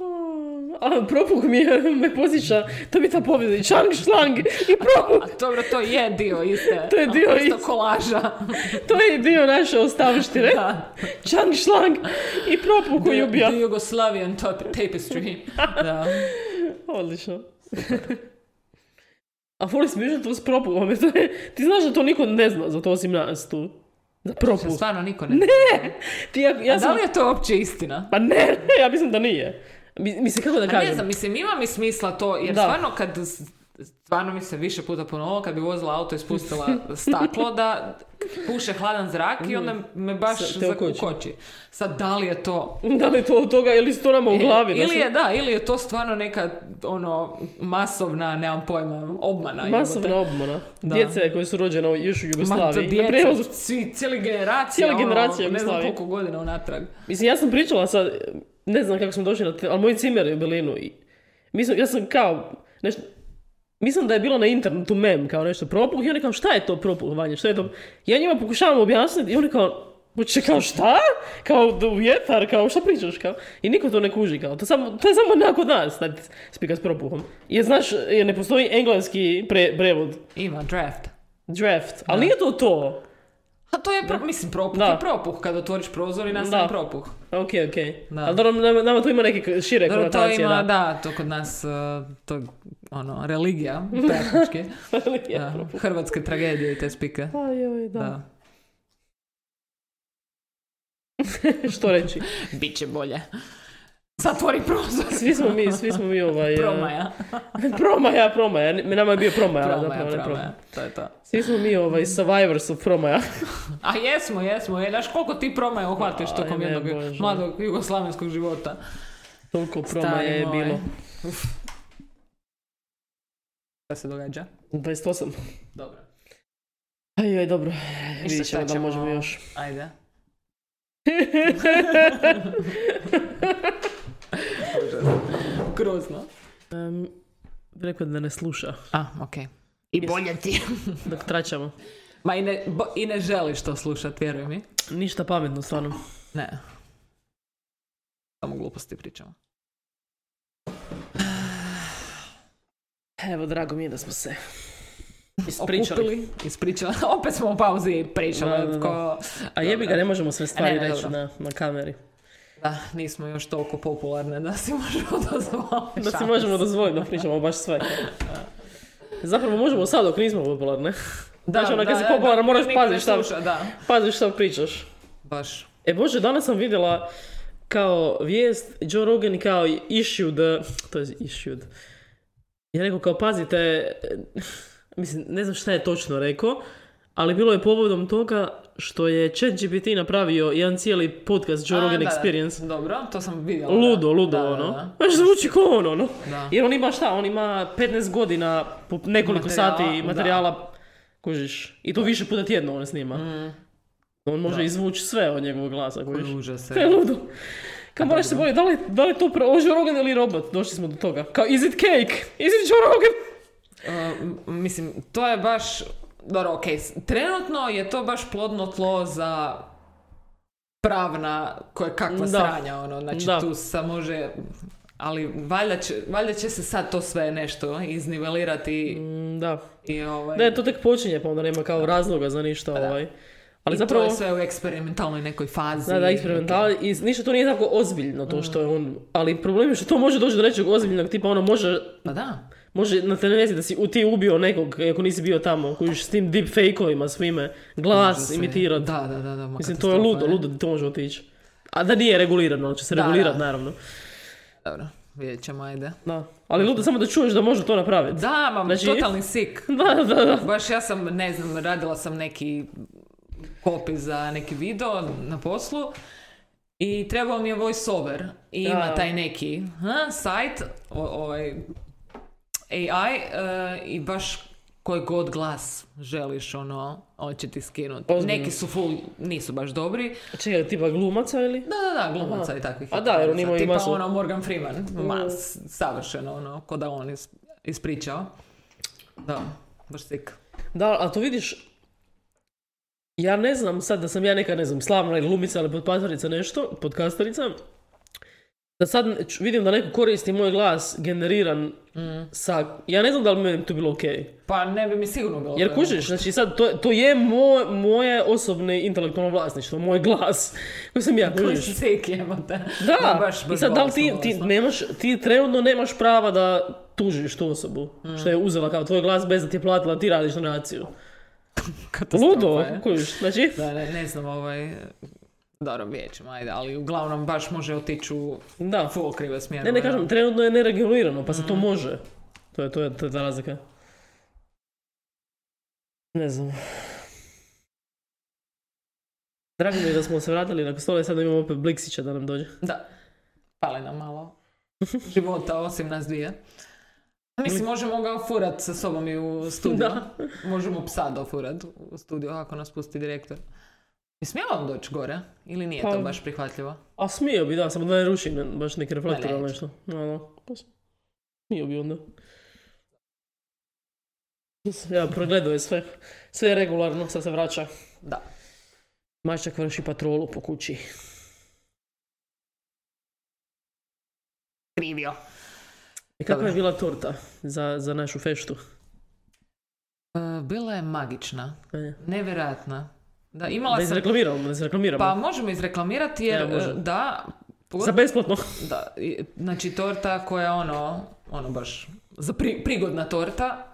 A: A, propuh mi je, me posjeća, to mi ta pobjeda i čang šlang i propuh.
B: A dobro, to je dio iste.
A: To je dio
B: isto
A: iste.
B: kolaža.
A: To je dio naše ostavštine.
B: Da.
A: Čang šlang i propuh koji
B: The-
A: ubija.
B: The Yugoslavian tap- tapestry. da.
A: Odlično. A fuli smiješno to s propuhom, jer to je- ti znaš da to niko ne zna, zato osim nas tu. Za
B: Što
A: propuh.
B: stvarno niko ne...
A: Ne! Ti, ja, ja
B: A da
A: sam,
B: li je to uopće istina?
A: pa ne, ja mislim da nije. Mi- Mislim, kako da
B: Pa ne
A: kažem?
B: znam, mislim, ima mi smisla to, jer
A: Da.
B: stvarno kad... s- Stvarno mi se više puta ponovilo kad bi vozila auto i spustila staklo da puše hladan zrak i onda me baš
A: Sa- te ukoči.
B: zakoči. Sad, da li je to...
A: Da li je to od toga ili su to nama u glavi? znači, da
B: E, ili
A: su-
B: je, da, ili je to stvarno neka ono masovna, nemam pojma, obmana. jebote.
A: Masovna obmana.
B: Da.
A: Djece koje su rođene u- još u
B: Ma, to
A: Jugoslaviji.
B: djeca,
A: na prijevozu.
B: svi, cijeli generacija,
A: Cijela
B: ono,
A: generacija
B: ne znam
A: Jugoslavije.
B: koliko godina unatrag.
A: Mislim, ja sam pričala sad, ne znam kako smo došli na te, ali moj cimer je u Berlinu. I, mislim, ja sam kao, nešto, mislim da je bilo na internetu mem kao nešto propuh i oni kao šta je to propuhovanje, šta je to? Ja njima pokušavam objasniti i oni kao, Uče, kao šta? Kao da u vjetar, kao šta pričaš kao? I niko to ne kuži kao, to, samo, to je samo nekako nas, da ti spika s propuhom. Jer znaš, jer ne postoji engleski pre, prevod,
B: Ima draft.
A: draft, ali nije to to.
B: A to je, pro- mislim, propuh
A: Da.
B: je propuh. Kad otvoriš prozor i nastane
A: Da.
B: propuh.
A: Ok, ok.
B: Da.
A: Ali dobro, nama, nama to ima neke k- šire
B: Dobro, to
A: konotacije.
B: ima, da.
A: da.
B: to kod nas, eh, to je, ono, religija, praktički.
A: Je,
B: Da.
A: propuh.
B: Hrvatske tragedije i te spike.
A: Ajoj, Pa da.
B: Da.
A: Što reći?
B: Biće bolje. Zatvori prozor.
A: Svi smo mi, svi smo mi ovaj... eh,
B: Promaja.
A: promaja, promaja. Ne, Nama je bio promaja, ali
B: Promaja,
A: zapravo ne
B: promaja.
A: promaja.
B: To je to.
A: Svi smo mi ovaj survivors of promaja.
B: A jesmo, jesmo. Je, znaš koliko ti promaja uhvatiš
A: Aj,
B: tokom
A: ne,
B: jednog
A: Bože.
B: mladog jugoslavenskog života.
A: Toliko promaja
B: Stari
A: je
B: moj.
A: bilo.
B: Šta se događa?
A: 28.
B: Dobro.
A: Ajoj, dobro.
B: I
A: Vidjet
B: šta
A: ćemo da
B: ćemo?
A: možemo još.
B: Ajde. Grozno.
A: Em, rekao da ne sluša,
B: A, okej. I bolje ti.
A: dok tračamo.
B: Ma i ne, bo- i ne želiš to slušat, vjeruj mi.
A: Ništa pametno, stvarno.
B: Ne. Samo gluposti pričamo.
A: Evo, drago mi je da smo se ispričali.
B: Okupili, ispričali. Opet smo u pauzi i pričali.
A: Da, da, da.
B: ko-
A: A jebi ga, ne možemo sve stvari
B: E, ne,
A: reći
B: dobro.
A: na, na kameri.
B: Da, nismo još toliko popularne da si možemo dozvoliti.
A: Da si
B: šans.
A: možemo dozvoliti da pričamo baš sve. Zapravo možemo sad dok nismo popularne.
B: Da,
A: Znači, ono, kad
B: da,
A: si
B: da,
A: popularan,
B: da,
A: moraš
B: niko ne
A: pazit šta-
B: sluša, Da,
A: Pazi šta pričaš.
B: baš.
A: E bože, danas sam vidjela kao vijest Joe Rogan kao issued, to je issued. Ja rekao kao pazite, eh, mislim ne znam šta je točno rekao, ali bilo je povodom toga što je ChatGPT napravio jedan cijeli podcast Joe
B: A,
A: Rogan
B: da, da.
A: Experience.
B: Dobro, to sam vidjela.
A: Ludo,
B: da.
A: ludo
B: Da, da,
A: ono.
B: da.
A: Baš zvuči ko on ono.
B: Da.
A: Jer on ima šta, on ima 15 godina, po nekoliko
B: Materijala,
A: sati
B: da.
A: materijala, kužiš. I to više puta tjedno on snima. On može izvući sve od njegovog glasa, kužiš.
B: Užas,
A: To je ludo. Kao moraš se boriti, da li, da li to pro... o, Joe Rogan ili robot? Došli smo do toga. Kao, is it cake? Is it Joe Rogan?
B: Uh, m- mislim, to je baš... Dobro, okej, s- trenutno je to baš plodno tlo za pravna koje kakva
A: Da.
B: sranja, ono, znači
A: Da.
B: tu se može Ali valjda će, valjda će se sad to sve nešto iznivelirati
A: Mm, Da.
B: i ovaj...
A: Ne, to tek počinje, pa onda nema kao razloga za ništa ovaj. Ali
B: Pa I
A: zapravo...
B: to je sve u eksperimentalnoj nekoj fazi.
A: Da, da, eksperimental, i ništa to nije tako ozbiljno
B: Mm.
A: to što je on, ali problem je što to može doći do nečeg ozbiljnog, tipa ono može,
B: Pa da.
A: može na televiziji da si u- ti ubio nekog, ako nisi bio tamo, kojiš s tim deepfake-ovima svime, glas
B: Može se-
A: imitirati,
B: Da, da, da. da ma
A: mislim to je
B: katastrofa,
A: ludo,
B: ne?
A: ludo da to može otići. A da nije regulirano, ali će se
B: Da,
A: regulirati
B: da.
A: naravno.
B: Dobro, vidjet ćemo, ajde.
A: Da. Ali ludo samo da čuješ da može to napraviti.
B: Da, mam
A: Znači-
B: totalni sik.
A: Da, da, da.
B: Baš ja sam, ne znam, radila sam neki kopi za neki video na poslu i trebao mi je voiceover i ima
A: Da.
B: taj neki ha, sajt, o- ovaj AI e, i baš koji god glas želiš, ono, on će ti skinuti.
A: Ozbiljno.
B: Neki su full, nisu baš dobri.
A: Čekaj, tipa glumaca ili?
B: Da, da, da, glumaca
A: Aha.
B: i takvih.
A: A da, jer on ima Mm. i
B: Tipa
A: masu-
B: ono Morgan Freeman, ma, s- savršeno, ono, ko da on is- ispričao. Da, baš sik.
A: Da, a to vidiš, ja ne znam sad da sam ja neka, ne znam, slavna ili lumica ili podpasarica nešto, podkastarica, da sad č- vidim da neko koristi moj glas generiran
B: Mm.
A: sa, ja ne znam da li bi meni to bilo okej.
B: Pa ne bi mi sigurno bilo.
A: Jer
B: to.
A: kužiš, znači sad to, to je moj, moje osobno intelektualno vlasništvo, moj glas koji sam ja,
B: Koji
A: kužiš.
B: si sik jebote.
A: Da,
B: baš, baš ono,
A: i sad da li ti,
B: bolesno,
A: ti,
B: bolesno.
A: nemaš, ti trenutno nemaš prava da tužiš tu osobu što je uzela kao tvoj glas bez da ti je platila, ti radiš donaciju.
B: Katastrofa
A: Ludo,
B: Pa je.
A: kužiš, znači...
B: Da, ne, ne znam, ovaj... Dobro, vidjet ćemo, ajde, ali uglavnom baš može otići u
A: Da.
B: full krive smjeru.
A: Ne, ne kažem, trenutno je neregulirano, pa se
B: Mm.
A: to može. To je, to je, to je ta razlika. Ne znam. Drago mi je da smo se vratili na stole i sad imamo opet Bliksića da nam dođe.
B: Da. Pale nam malo života, osim nas dvije. Mislim, možemo ga furat sa sobom i u studiju.
A: Da.
B: Možemo psa dofurat u studiju ako nas pusti direktor. I smije on doći gore? Ili nije
A: Pa-
B: to baš prihvatljivo?
A: A smio bi, da, samo da ne ruši ne- baš neki reflektor
B: Ma
A: ili
B: neće.
A: nešto. No, no. Pa s- Smio bi onda. Ja, progledao je sve. Sve je regularno, sad se vraća.
B: Da.
A: Mačak vrši patrolu po kući.
B: Krivio.
A: I E, kakva je
B: Dobro.
A: bila torta za, za našu feštu?
B: E, Bila je magična.
A: E.
B: Nevjerojatna. Da, imala
A: Da
B: sam...
A: izreklamiramo, da izreklamiramo.
B: Pa možemo izreklamirati jer,
A: Evo, može.
B: e, da, pogod-
A: Za besplatno.
B: da, i- znači torta koja je ono, ono baš, za pri- prigodna torta.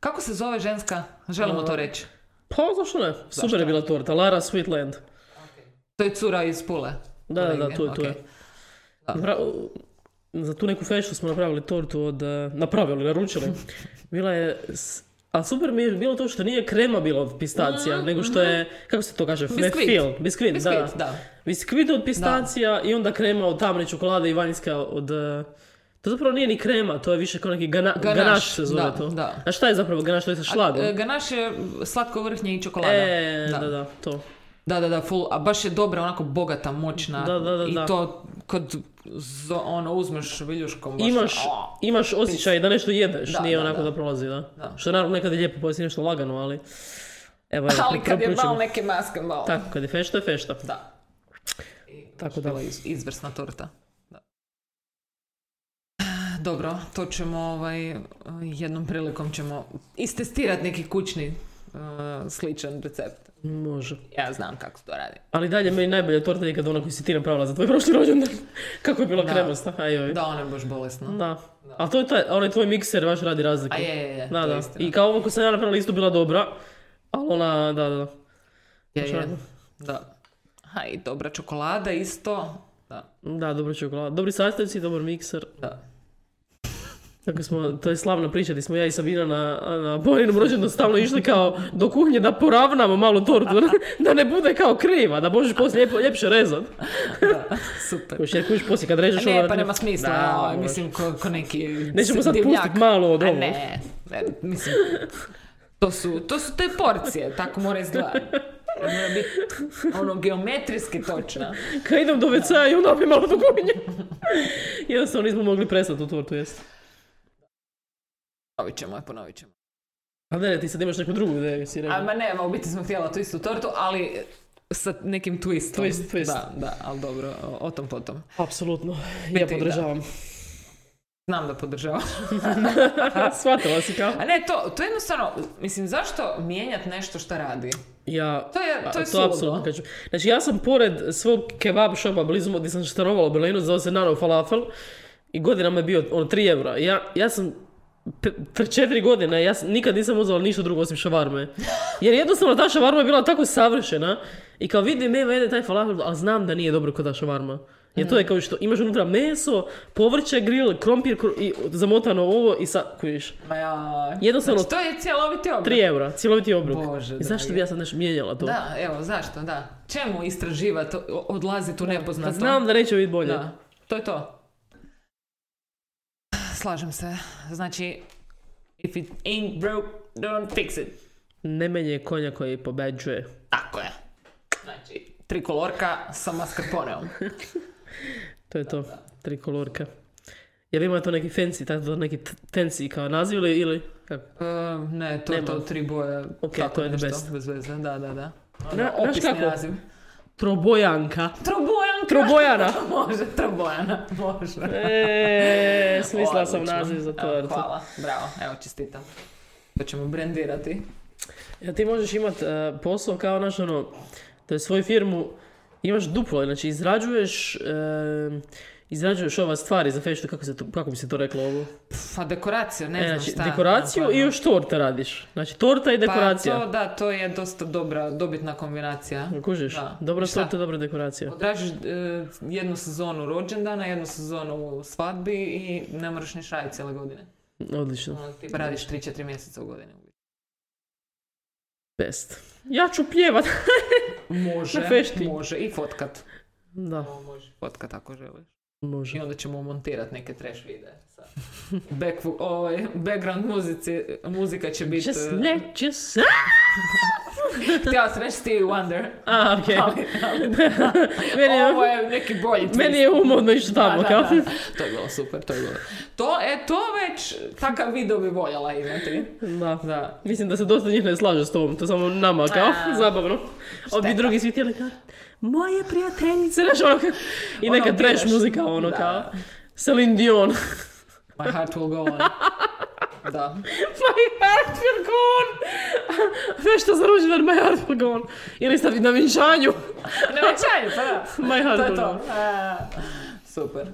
B: Kako se zove ženska? Želimo to reći.
A: Pa zašto ne? Super je bila torta. Lara Sweetland.
B: To je cura iz Pule.
A: Da, da, da,
B: Koleginja,
A: tu je, tu je.
B: ok.
A: Napra- Za tu neku feštu smo napravili tortu od... eh, Napravili, naručili. Bila je... s- A super mi je bilo to što nije krema bila od pistacija, nego što je, kako se to kaže, ne
B: Mhm, Biskvit.
A: fil, biskvit, da.
B: Biskvit, da.
A: Biskvit od pistacija i onda krema od tamne čokolade i vanjska od... eh, To zapravo nije ni krema, to je više kao neki gana, ganaš,
B: Ganaš,
A: se zove
B: da,
A: to.
B: da.
A: A šta je zapravo ganaš, to je sa šlagom?
B: E, Ganaš je slatko vrhnje i čokolada.
A: E, da, da, to.
B: Da, da, da, full, a baš je dobra, onako bogata, moćna.
A: Da, da, da,
B: I
A: da.
B: to kad zo- ono, uzmeš viljuškom. baš-
A: imaš,
B: a,
A: imaš osjećaj da nešto jedeš,
B: Da,
A: nije
B: da,
A: onako da,
B: da.
A: prolazi, da.
B: Da.
A: Što je naravno nekad je lijepo pojesti nešto lagano, ali... Evo, evo,
B: Ali kad je
A: preporučujem.
B: malo neke maske, malo.
A: Tako, kad je fešta, je fešta.
B: Da. E,
A: Tako da.
B: Bila je iz- izvrsna torta. Da. Dobro, to ćemo ovaj, jednom prilikom ćemo istestirati neki kućni eh, sličan recept.
A: Može.
B: Ja znam kako se to radi.
A: Ali dalje meni najbolja torta je kad ona koju si ti napravila za tvoj prošli rođendan. Kako je bila
B: Da.
A: kremasta, ajoj.
B: Da, ona je baš bolesna.
A: Da. Ali to je taj, onaj tvoj mikser baš radi razliku.
B: A je, je, je,
A: Da,
B: to je
A: da.
B: istina.
A: I kao ovo koju sam ja napravila isto bila dobra. Ali ona, da, da, da.
B: Je, je.
A: Čarobno.
B: Da. Ha, i dobra čokolada isto. Da,
A: Da, dobro čokolada. Dobri sastavci, dobar mikser.
B: da.
A: Tako smo, to je slavna priča gdje smo ja i Sabina na, na Borinom rođendu stalno išli kao do kuhnje da poravnamo malo tortu, da, da ne bude kao kriva, da možeš poslije ljep, ljepše rezat.
B: da. Super.
A: Još jer kužiš poslije kad režeš
B: Ne,
A: ona-
B: pa nema smisla,
A: ono, Da, ono,
B: ovaj,
A: moraš.
B: mislim, ko, ko neki
A: Nećemo sad
B: divljak.
A: pustit malo od
B: A
A: ovog.
B: ne, ne, mislim, to su, to su te porcije, tako mora izgledati. Mora biti ono geometrijski točna.
A: Kad idem do WC-a i onda opet malo do kuhinje. Jednostavno nismo mogli prestati tu tortu jest.
B: Ponovit ćemo je, ponovit ćemo.
A: A ne, ti sad imaš neku drugu ideju, si
B: A
A: rekao.
B: ma ne, ma u biti smo htjela tu istu tortu, ali sa nekim twistom.
A: Twist, twist.
B: Da, da, ali dobro, o, o tom potom.
A: Apsolutno, ja
B: Biti, da.
A: podržavam.
B: Znam da podržavaš.
A: Shvatila si kao.
B: A ne, to, to je jednostavno, mislim, zašto mijenjati nešto što radi?
A: Ja,
B: To je-
A: a,
B: to je suludo.
A: Pa, apsolutno kažem. Znači ja sam pored svog kebab shopa blizu mo- gdje sam štarovala u Berlinu, zove se Nano Falafel i godinama je bio ono 3 eura. Ja, ja sam pe- pre četiri godine, ja sam- nikad nisam uzela ništa drugo osim šavarme. Jer jednostavno ta šavarma je bila tako savršena i kao vidim, evo jede taj falafel, ali znam da nije dobro kod ta šavarma. Jer to je kao što imaš unutra meso, povrće, grill, krompir kru- i zamotano ovo i sa, kujiš.
B: Ma ja...
A: Jednostavno-
B: Znači, to je cjeloviti oblik.
A: 3 eura, cjeloviti obrok.
B: Bože
A: I zašto
B: dragi.
A: bi ja sad nešto mijenjala to?
B: Da, evo, zašto, da. Čemu istraživati, odlaziti u nepoznato?
A: Pa znam da neće biti bolje.
B: Da, to je to. Slažem se. Znači, if it ain't broke, don't fix it.
A: Ne menje konja koji pobeđuje.
B: Tako je. Znači, trikolorka sa mascarponeom.
A: To je to, trikolorka. Jel ima to neki fancy, tako neki t- fancy kao naziv ili, ili kako?
B: E, ne, to je
A: Nema.
B: to tri boje.
A: Ok,
B: tako
A: to je the
B: nešto,
A: best.
B: Bez veze, da, da, da.
A: Na-
B: Ono,
A: znaš
B: opisni
A: kako?
B: naziv.
A: Trobojanka.
B: Trobojanka!
A: Trobojana.
B: može, trobojana, može.
A: E, smislila sam
B: Odlično.
A: naziv za to.
B: Evo,
A: jer to-
B: Hvala, bravo, evo čestitam. To ćemo brendirati.
A: Ja, ti možeš imat e, posao kao naš ono, to je svoju firmu, imaš duplo, znači izrađuješ, e, izrađuješ ova stvari za fashion, kako, se to, kako bi se to reklo ovo?
B: Pa dekoraciju, ne
A: E,
B: znam
A: znači,
B: šta.
A: dekoraciju i još torta radiš. Znači, torta i dekoracija.
B: Pa to, da, to je dosta dobra, dobitna kombinacija.
A: Kužiš?
B: Da.
A: Dobra
B: I šta?
A: torta, dobra dekoracija.
B: Odražiš e, jednu sezonu rođendana, jednu sezonu svadbi i ne moraš ni šrajati cijele godine.
A: Odlično.
B: Ono, ti radiš 3-4 mjeseca u godini.
A: Best. Ja ću pjevat. Na
B: Može,
A: fešti.
B: može. I fotkat.
A: Da,
B: Može. Fotkat ako želiš. I
A: može.
B: onda ćemo montirati neke trash videe. Sa back, ovaj, background muzici, muzika će e, biti...
A: Just let just...
B: Htjela sam reći Stevie Wonder.
A: A, okej.
B: Ali, ali
A: Meni je-
B: ovo je neki bolji twist.
A: Meni je umodno ići tamo,
B: Da, da,
A: kao.
B: da. To je bilo super, to je bilo. To, e, to već takav video bi voljela imati.
A: Da.
B: Da.
A: Mislim da se dosta njih ne slaže s tobom, to samo nama, kao,
B: A.
A: zabavno. A bi
B: Šteta.
A: drugi svi htjeli kao, moje prijateljice, znaš, ono kao, i
B: Ono,
A: neka trash
B: biraš.
A: muzika, ono,
B: Da.
A: kao, Celine Dion.
B: My heart will go on. Da.
A: my heart will go on! Nešto za ruždan, my heart will go on. Ili stavi na vinčanju,
B: Ne očaju, pa da.
A: my heart
B: To je
A: will go on.
B: to. A, super.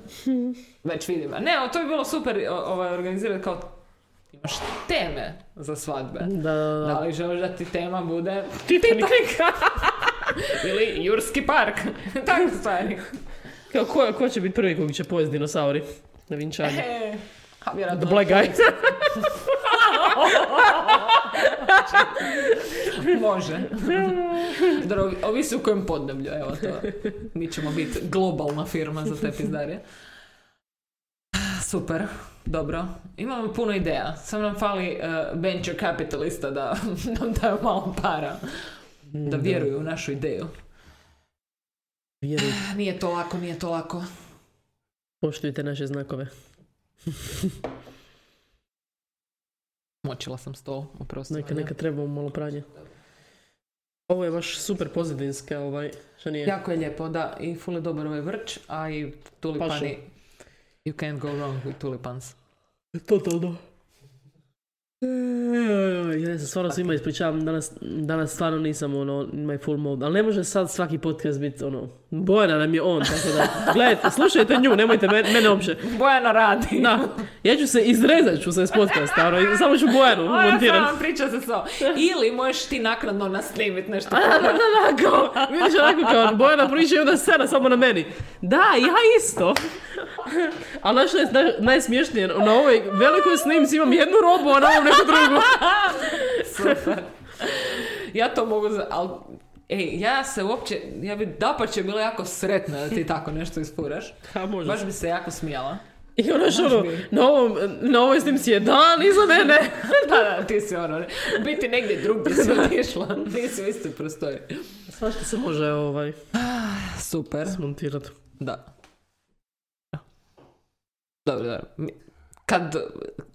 B: Već vidim. A Ne, o, to bi bilo super o- ovaj, organizirati kao imaš teme za svadbe.
A: Da, da,
B: Da
A: da.
B: li želiš da ti tema bude
A: Titanic.
B: ili Jurski park? Tako stvari.
A: Kao, ko, ko će biti prvi kog će pojesti dinosauri? Na vinčanju.
B: E, a vjerojatno
A: The black guy.
B: Može. Dobro, ovisi u kojem podneblju, evo to. Mi ćemo biti globalna firma za te pizdarije. Super, dobro. Imamo puno ideja. Samo nam fali eh, venture capitalista da nam daju malo para. Da vjeruju u našu ideju.
A: Vjeruj,
B: Nije to lako, nije to lako.
A: poštujte naše znakove.
B: Močila sam stol, oprosti.
A: Neka, neka trebamo malo pranje. Ovo je baš super pozadinska, ovaj, što nije.
B: Jako je lijepo, da. I ful je dobar ovaj vrč, a i tulipani.
A: Paše.
B: You can't go wrong with tulipans.
A: Totalno. Eee, Ja se stvarno svima ispričavam, danas, danas stvarno nisam ono, in my full mode, ali ne može sad svaki podcast biti ono, Bojana nam je on, tako da, gledajte, slušajte nju, nemojte mene, mene uopće.
B: Bojana radi.
A: Da, ja ću se, izrezat ću se s podcasta, ono, i samo ću Bojanu
B: A ja sam
A: montirat.
B: vam pričao sa sobom. Ili možeš ti naknadno nasnimit nešto.
A: Da, da, da, da, kao, vidiš onako kao Bojana priča i onda sada samo na meni. Da, ja isto. Ali znaš što je naj- najsmiješnije? Na ovoj velikoj snimci imam jednu robu, a na ovom neku drugu.
B: Super. Ja to mogu... Za, al, ej, ja se uopće... Ja bi dapače bila jako sretna da ti tako nešto ispuraš.
A: A može.
B: Baš bi se jako smijala.
A: I ono što ono, na, ovom, na ovoj snimci je dan iza mene.
B: Da, da, ti si ono... u Biti negdje drugdje si otišla. Nisi u istoj prostoriji.
A: Svašta se može ovaj,
B: Super.
A: smontirat.
B: Da. Dobro, dobro. Mi- Kad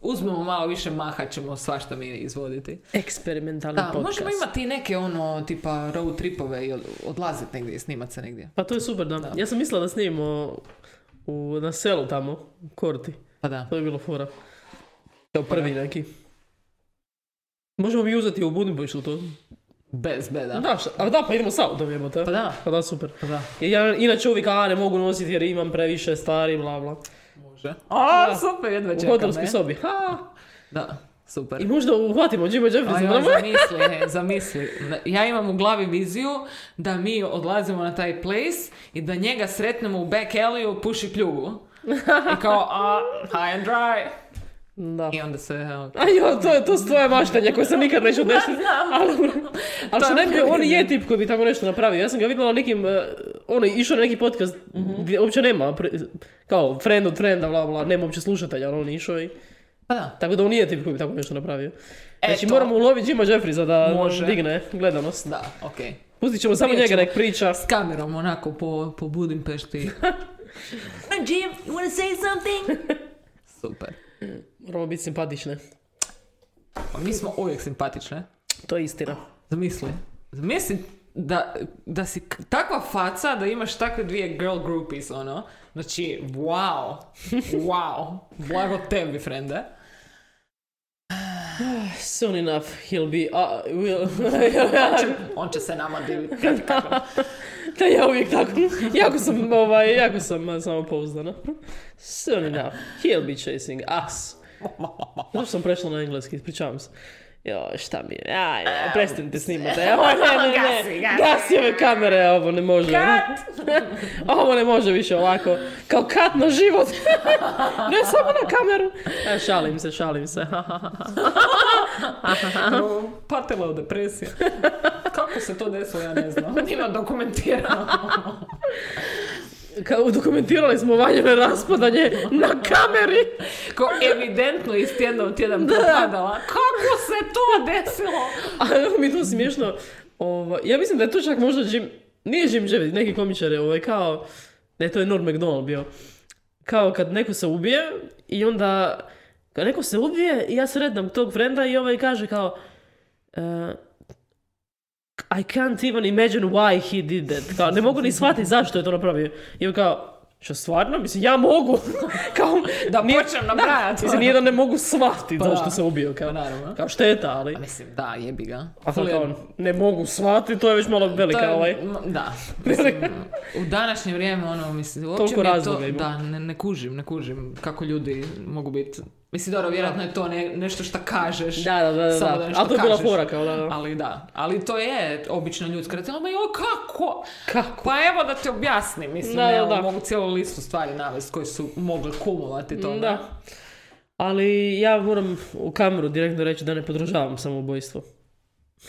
B: uzmemo malo više maha ćemo svašta mi izvoditi.
A: Eksperimentalni
B: Da,
A: podcast.
B: možemo imati i neke ono tipa road tripove i od- odlazit negdje i snimat se negdje.
A: Pa to je super, da. Ja sam mislila da snimimo u, na selu tamo, u Korti.
B: Pa da.
A: To je bilo fora. Kao prvi neki. Možemo mi uzeti u Budimpeštu to?
B: Bez beda.
A: Da, šta- a da, pa idemo sa autom jebote.
B: Pa da.
A: Pa da, super.
B: Pa da.
A: Jer Ja inače uvijek a ne mogu nositi jer imam previše stari, bla bla.
B: Može. A, super, jedva
A: U
B: čekam.
A: hotelskoj
B: e.
A: sobi. Ha!
B: Da, super.
A: I možda uhvatimo Jimmy Jeffries.
B: Aj, aj, zamisli, e, zamisli. Da- Ja imam u glavi viziju da mi odlazimo na taj place i da njega sretnemo u back alley-u puši pljugu. I kao, a, high and dry.
A: Da.
B: I onda se, evo,
A: A jo, to je to su tvoje maštanje koje sam nikad neću odnesti. Ali, ali što ne bi, on je tip koji bi tamo nešto napravio. Ja sam ga vidjela na nekim, eh, ono, išao na neki podcast
B: Mhm.
A: gdje uopće nema, pre- kao friend od frienda, bla bla, nema uopće slušatelja, ono, on je išao i...
B: pa da.
A: Tako da on nije tip koji bi tako nešto napravio. Znači
B: Eto.
A: moramo uloviti Jima Jeffriesa da
B: Može.
A: digne gledanost.
B: Da, okej.
A: Pustit ćemo samo
B: Prije
A: njega
B: ćemo.
A: nek priča.
B: S kamerom onako po, po Budimpešti.
C: Jim, you want to say something?
B: Super.
A: Moramo biti simpatične.
B: Pa mi smo uvijek simpatične.
A: To je istina.
B: Zamisli. Zamisli da, da si k- takva faca da imaš takve dvije girl groupies, ono. Znači, wow. Wow. Blago tebi, frende.
A: Soon enough he'll be... a- will-
B: On će se nama diviti.
A: da ja uvijek tako. Jako sam, ovaj, jako sam a, samopouzdana. Soon enough he'll be chasing us. Zašto sam prešla na engleski, ispričavam se. Jo, šta mi je, aj, aj, prestanite snimati, evo, ne, ne, ne,
C: Gasi, gasi.
A: gasi ove kamere, ovo ne može. ovo ne može više ovako, kao kat na život, ne samo na kameru. E, šalim se, šalim se,
B: Patila od depresije. Kako se to desilo, ja ne znam. Nima dokumentirano.
A: Kao dokumentirali smo vanjeve raspadanje na kameri.
B: Ko evidentno iz tjedna u tjedan propadala. Kako se to desilo?
A: Ali ono mi je to smiješno. Ovo, ja mislim da je to čak možda Jim... Nije Jim Jeffries, neki komičar je ovaj kao... Ne, to je Norm MacDonald bio. Kao kad neko se ubije i onda... Kad neko se ubije i ja sretnem tog frenda i ovaj kaže kao... e, I can't even imagine why he did that. Kao, ne mogu ni shvatiti zašto je to napravio. I on kao, što stvarno? Mislim, ja mogu. kao,
B: Da
A: nije-
B: počnem nabrajati.
A: Mislim, nije da ne mogu shvatiti
B: da.
A: zašto se ubio. Kao,
B: Pa naravno.
A: kao šteta, ali...
B: Mislim, da, jebi ga.
A: A Pa sad
B: Full je-
A: kao, ne mogu shvatiti, to je već malo
B: To
A: velika
B: je-
A: ovaj.
B: m, Da. Mislim, u današnje vrijeme, ono, mislim, uopće
A: Toliko
B: mi je
A: razloga
B: to,
A: ima.
B: da, ne, ne kužim, ne kužim kako ljudi mogu biti. Mislim, dobro, vjerojatno je to ne- nešto što kažeš.
A: Da, da, da, da,
B: samo
A: da.
B: nešto
A: Ali to je bila ono.
B: kažeš.
A: fora kao, da, da.
B: Ali da, ali to je obična ljudska recimo, ma joj, kako?
A: Kako?
B: Pa evo da ti objasnim, mislim,
A: Da, da,
B: evo,
A: da.
B: mogu cijelu listu stvari navesti koji su mogle kumovati to.
A: Da. Ali ja moram u kameru direktno reći da ne podržavam samoubojstvo.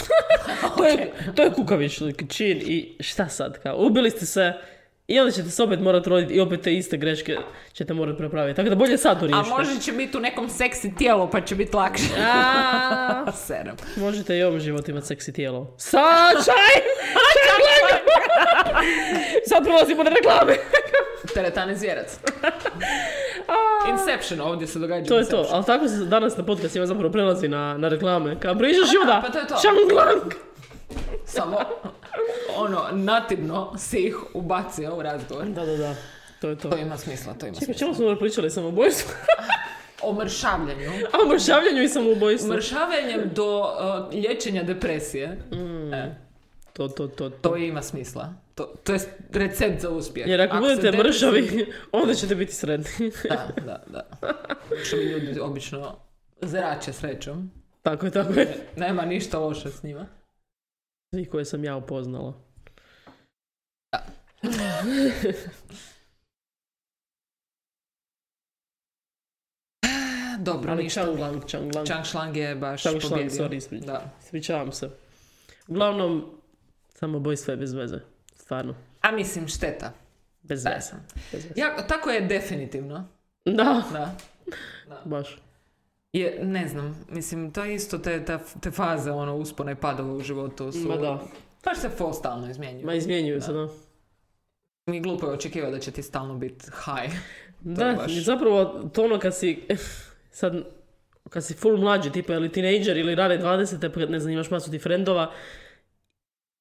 A: to, je, to je kukavičlik čin i šta sad kao, ubili ste se i onda ćete se opet morati roditi i opet te iste greške ćete morati prepraviti. Tako da bolje sad to
B: A
A: riješite.
B: možda će biti u nekom seksi tijelu pa će biti lakše.
A: A,
B: Serem.
A: Možete i ovom životu imati seksi tijelo. Sa, čaj! Čaj, gledaj! Sad prolazimo na reklame.
B: Teretani zvjerac. Inception ovdje se događa.
A: To je to,
B: Inception.
A: ali tako se danas na podcastima zapravo prelazi na, na reklame. Kao priđeš i
B: A da,
A: onda,
B: pa to je to.
A: šanglang!
B: Samo ono, nativno si ih ubacio u razgovor.
A: Da, da, da, to je to.
B: To ima smisla, to ima
A: O
B: smisla.
A: čemu smo onda pričali samoubojstvu?
B: O mršavljenju.
A: A o mršavljanju i samoubojstvu.
B: Mršavljenjem do uh, liječenja depresije.
A: Mm.
B: E,
A: To, to, to, to.
B: to ima smisla. To, to je recept za uspjeh.
A: Jer ako
B: se
A: budete
B: depresivni-
A: mršavi, onda ćete biti sretni.
B: Da, da, da. Što mi ljudi obično zrače srećom.
A: tako je, tako je.
B: Nema ništa loše s njima.
A: Svi koje sam ja upoznala.
B: Dobro,
A: Ali
B: ništa.
A: šanglang, šanglang.
B: Chang Shlang je baš
A: Chang Shlang,
B: pobjedio.
A: sorry, ispričavam.
B: Da.
A: Svičavam se. Uglavnom, samoubojstvo je bez veze. Stvarno,
B: A mislim, šteta.
A: bez
B: Da.
A: veze. Bez veze.
B: Ja, tako je definitivno.
A: Da,
B: Da.
A: baš.
B: Je, ne znam, mislim, to je isto te, ta- te faze, ono, uspona i padova u životu su...
A: Ma da,
B: Baš se fo stalno izmjenjuju.
A: ma izmjenjuju se, da.
B: Mi glupo je očekivati da će ti stalno biti high.
A: Da,
B: baš-
A: zapravo to ono kad si, sad, kad si full mlađi, tipa ili teenager ili rane 20, pa ne znam, imaš masu ti frendova.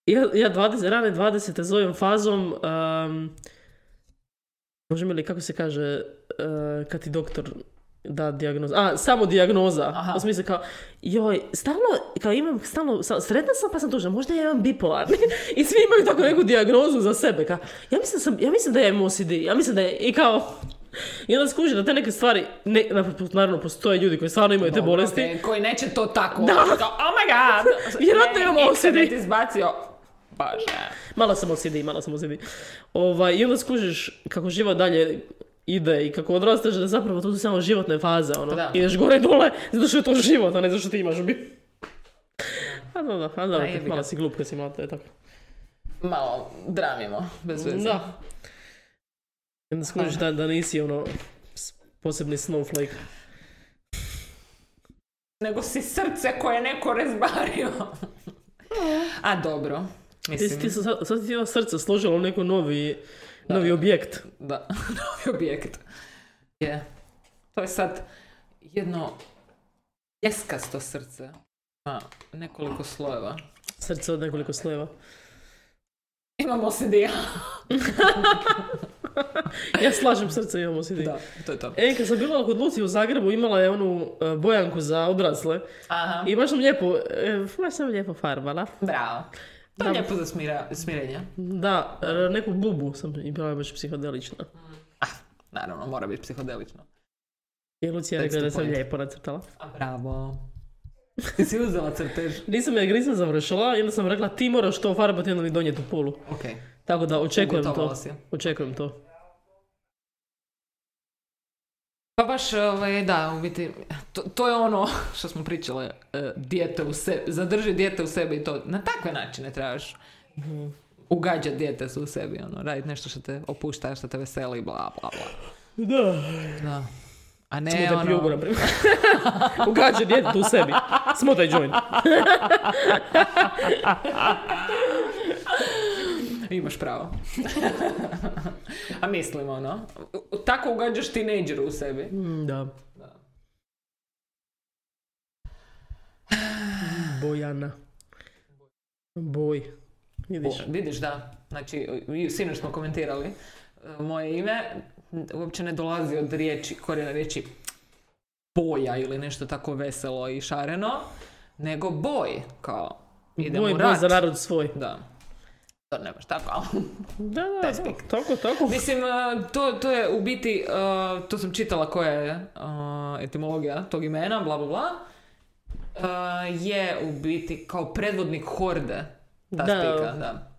A: Ja, ja 20, rane 20 zovem fazom, um, možemo li, kako se kaže, uh, e, kad ti doktor Da, dijagnoza. A, samo dijagnoza.
B: Aha.
A: U smislu kao, joj, stalno, kao imam, stalno, sa- sretna sam pa sam tužna, možda ja imam bipolarni. I svi imaju tako neku dijagnozu za sebe. Kao, ja mislim, sam, ja mislim da ja imam OCD, ja mislim da je, i kao, i onda skuži da te neke stvari, ne, naravno postoje ljudi koji stvarno imaju te
B: Dobro,
A: bolesti.
B: okej, koji neće to tako.
A: Da.
B: Kao, oh my god.
A: Vjerojatno
B: Ne,
A: imam
B: internet
A: OCD.
B: izbacio. Bože.
A: Malo sam OCD, malo sam OCD. Ovaj, I onda skužiš kako život dalje ide i kako odrastaš da zapravo to su samo životne faze. Ono.
B: Da.
A: Ideš gore dole zato što je to život, a ne zato što ti imaš bi. A da, da, a da,
B: A jebi ga.
A: malo si glup kad si mlad, to je tako.
B: Malo dramimo, bez veze.
A: Da. I onda skužiš da, da nisi ono s- posebni snowflake.
B: Nego si srce koje je neko rezbario. A dobro.
A: Ti, si-
B: Mislim,
A: ti su, sad, sad ti je srce složilo u neko novi, novi objekt.
B: da, novi objekt. Je. To je sad jedno ljeskasto srce. Ima nekoliko slojeva.
A: Srce od nekoliko slojeva.
B: Imamo se dio.
A: Ja slažem srce, imam OCD.
B: Da, to je to.
A: E, kad sam bila kod Luci u Zagrebu, imala je onu e, bojanku za odrasle.
B: Aha,
A: I baš sam lijepo, e, baš sam lijepo farbala.
B: bravo. To je
A: Da.
B: lijepo za smira, smirenje.
A: Da, e, neku bubu sam i bila je baš psihodelična.
B: Ah, Naravno, mora biti psihodelično.
A: I Lucija je
B: That's
A: rekla da
B: the
A: sam
B: point.
A: lijepo nacrtala.
B: A bravo. Ti si uzela crtež.
A: Nisam je nisam završila i onda sam rekla ti moraš to farbati i onda mi donijeti u polu.
B: Ok.
A: Tako da očekujem to.
B: Uvjetovala si.
A: Očekujem to.
B: Pa baš, ovaj, da, u biti, to, to je ono što smo pričale, e, dijete u sebi, zadrži dijete u sebi i to, na takve načine trebaš ugađati dijete u sebi, ono, raditi nešto što te opušta, što te veseli, bla, bla, bla.
A: Da.
B: Da. A ne,
A: Smutaj
B: ono,
A: pljugu, na primjer. Ugađa djetetu u sebi. Smutaj joint.
B: imaš pravo. A mislim, ono, u- tako ugađaš tinejdžeru u sebi.
A: Mm, Da. Bojana. Boj. Vidiš.
B: O, vidiš, da. Znači, i sinoć smo komentirali e, moje ime, n- uopće ne dolazi od riječi, korijena riječi boja ili nešto tako veselo i šareno, nego boj, kao idemo
A: Moj
B: u
A: boj
B: rat.
A: za narod svoj.
B: Da. To nemaš tako, ali...
A: Da, da,
B: Taj
A: da,
B: spik.
A: tako, tako.
B: Mislim, e, to, to je u biti, e, to sam čitala koja je e, etimologija tog imena, bla bla bla. E, je u biti kao predvodnik horde, ta
A: Da.
B: spika, da.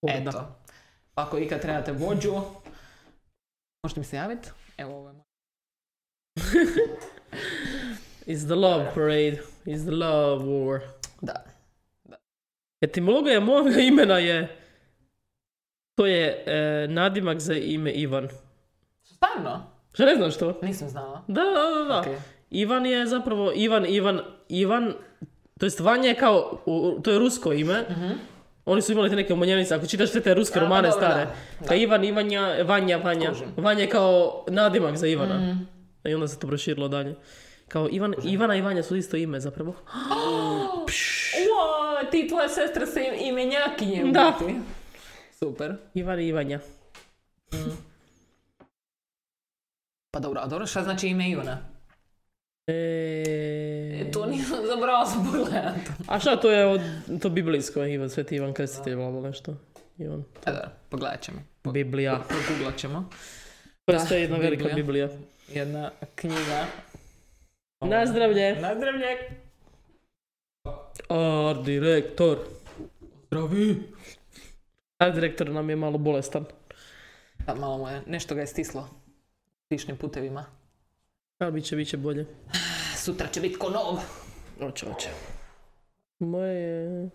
A: Horda.
B: Eto. Pa ako ikad trebate vođu, možete mi se javiti. Evo ovo je moj-
A: It's the love parade. It's the love war.
B: Da.
A: Etimologija mog imena je... To je e, nadimak za ime Ivan.
B: Stvarno?
A: Što ne znam što.
B: Nisam znala.
A: Da, da, da, da.
B: Ok.
A: Ivan je zapravo Ivan, Ivan, Ivan, to jest Vanja je kao, u- u- to je rusko ime, oni su imali te neke umanjenice, ako čitaš te, te ruske
B: Mhm. A, pa
A: romane
B: dobro,
A: stare,
B: da,
A: kao Ivan, Ivanja, Vanja, Vanja,
B: Kužim. Mhm.
A: Vanja je kao nadimak za Ivana, i onda se to proširilo dalje. Kao Ivan, Ivana i Vanja su isto ime zapravo.
B: Uo, ti i tvoja sestra se im- imenjakinje u
A: Da.
B: biti. Super.
A: Ivan i Ivanja.
B: Pa dobro, a dobro, šta znači ime Ivana?
A: E...
B: E, to nisam zabrala sam pogledat.
A: A šta to je od, to biblijsko, Ivan, sveti Ivan Krstitelj, blago nešto. Ivan.
B: E, dobro, pogledat ćemo. Po-
A: Biblija.
B: Proguglat ćemo.
A: To je sve jedna velika
B: Biblija.
A: Biblija.
B: Jedna knjiga.
A: Na zdravlje.
B: Nazdravlje!
A: Ar direktor.
B: Zdravi!
A: Art direktor nam je malo bolestan.
B: Da, malo mu je, nešto ga je stislo. Sličnim putevima.
A: Ali bit će, bit će bolje.
B: Sutra će biti ko nov.
A: Oće, oće. Moje je...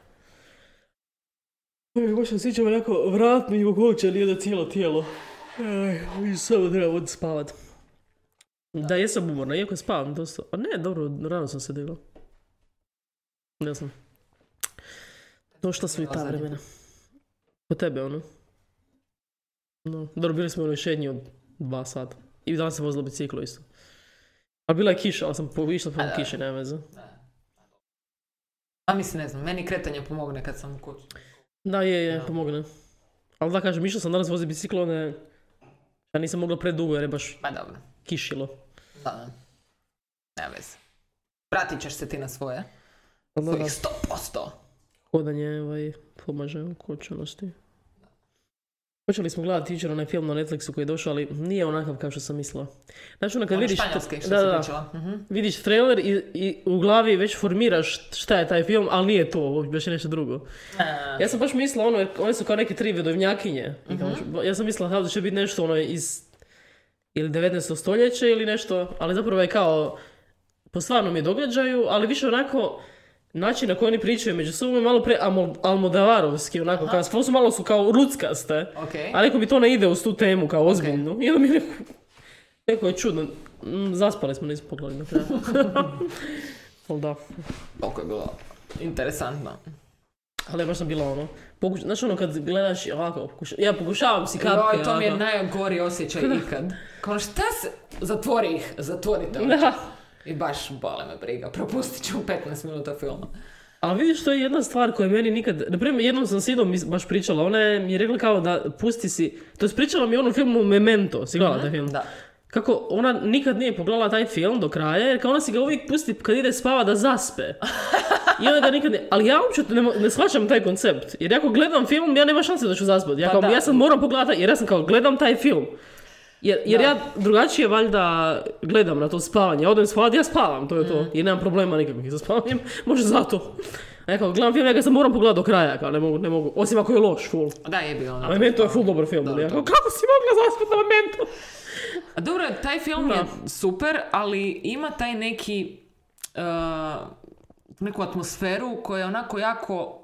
A: Ej, baš se osjećam onako vratno i ugočen jede cijelo tijelo. Ej, i samo trebam od spavat. Da, jesam umorna, iako spavam dosta. A ne, dobro, rano sam se digla. Ne znam. Došla su i ta vremena. Po tebe, ono. No, dobro, bili smo u onoj šednji od dva sata. I danas sam vozila biciklo isto. A bila je kiša, ali sam po- išla po
B: A, da.
A: kiše, nema veze.
B: A mislim, ne znam, meni kretanje pomogne kad sam u kući.
A: Da, je, je, pomogne. Ali da kažem, išao sam danas voziti biciklo, ne... Ja nisam mogla predugo jer je baš
B: Ma dobro,
A: kišilo.
B: da. Nema veze. Vratit ćeš se ti na svoje. Svojih 100%.
A: Hodanje ovaj, pomaže u kočanosti. Počeli smo gledati jučer onaj film na Netflixu koji je došao, ali nije onakav kao što sam mislila. Znači, ono kad
B: Ono
A: vidiš...
B: španjolski što
A: da,
B: si
A: da, da.
B: pričala. Mhm.
A: vidiš trailer i, i u glavi već formiraš šta je taj film, ali nije to, ovo, baš je nešto drugo.
B: A,
A: Ja sam baš mislila ono, jer oni su kao neke tri vidovnjakinje. I kao, Ja sam mislila kao da će biti nešto ono iz ili 19. stoljeće ili nešto, ali zapravo je kao po stvarnom je događaju, ali više onako način na koji oni pričaju među sobom je malo pre almo- almodavarovski, onako, kao, stvarno su malo su kao ruckaste.
B: Ok.
A: A neko mi to ne ide uz tu temu kao ozbiljnu. I onda mi je rekao, rekao je čudno. Mm, Zaspali smo, nismo pogledali na kraju. Ali da.
B: Toliko je bilo interesantno.
A: Ali ja baš sam bila ono. Pokuš... Znaš ono kad gledaš i ovako, pokuša... ja pokušavam si kapke.
B: Joj, to mi je
A: ovako.
B: najgori osjećaj ikad. Kao ono, šta se... Zatvori ih, zatvorite oči.
A: Da.
B: I baš bole me briga, propustit ću 15 minuta filma.
A: Ali vidiš, to je jedna stvar koja meni nikad... Naprimjer, jednom sam s Idom is- baš pričala. Ona je mi je rekla kao da pusti si... To je pričala mi o onom filmu Memento. Si gledala taj film?
B: Mhm, Da.
A: Kako ona nikad nije pogledala taj film do kraja, jer kao ona si ga uvijek pusti kad ide spava da zaspe. I onda ga nikad ne... Ali ja uopće ne, mo- ne shvaćam taj koncept. Jer ja ako gledam film, ja nema šanse da ću zaspati. Ja,
B: Pa
A: kao,
B: da.
A: ja sad moram pogledati, jer ja sam kao, gledam taj film. Jer, jer
B: Da.
A: ja drugačije valjda gledam na to spavanje. Ja odem spavati, ja spavam, to je
B: Mm.
A: to. Jer nemam problema nikakvih sa spavanjem, možda zato. A ja kao, gledam film, ja ga sad moram pogledati do kraja, kao, ne mogu, ne mogu. Osim ako je loš, full.
B: Da, je bilo
A: A
B: ono.
A: Memento je full dobar film.
B: Dobro,
A: ja kao,
B: dobro.
A: kako si mogla zaspati na Memento?
B: A dobro, taj film
A: Da.
B: je super, ali ima taj neki... uh, neku atmosferu koja je onako jako...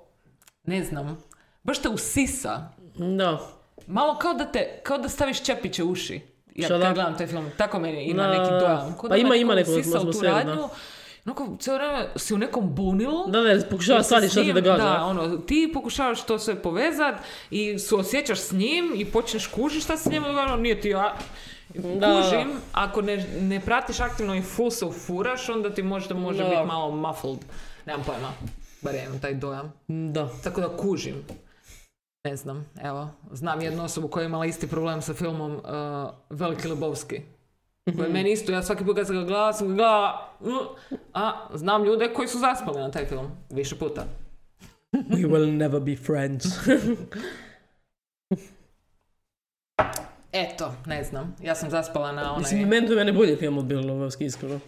B: Ne znam. Baš te usisa.
A: Da.
B: Malo kao da te, kao da staviš čepiće u uši. Ja
A: Šta
B: kad
A: da?
B: gledam taj film, tako meni ima
A: Da,
B: neki
A: da, da.
B: dojam. Kao
A: Pa
B: da me
A: ima-
B: neko
A: ima neku
B: usisao u tu
A: atmosferu, da.
B: radnju. Onako, cijelo vrijeme si u nekom bunilu.
A: Da, ne, pokušava
B: Jer se
A: shvatiti
B: s
A: šta se
B: njim-
A: događa.
B: Da, ono, ti pokušavaš to sve povezat i suosjećaš s njim i počneš kužiti šta se s njim događa, ono, nije ti ja...
A: da.
B: Kužim, ako ne, ne pratiš aktivno i full se ufuraš, onda ti možda može
A: Da.
B: biti malo muffled. Nemam pojma, bar ja imam taj dojam.
A: Mm, Da.
B: Tako da kužim. Ne znam, evo, znam jednu osobu koja je imala isti problem sa filmom uh, Veliki Lebowski. Koji
A: Mhm.
B: je meni isto, ja svaki put kad sam ga gledala, sam ga gledala, mm, a znam ljude koji su zaspali na taj film, više puta.
A: We will never be friends.
B: Eto, ne znam, ja sam zaspala na onaj...
A: Mislim, Memento je meni bolji film od Bela Lovski, iskreno.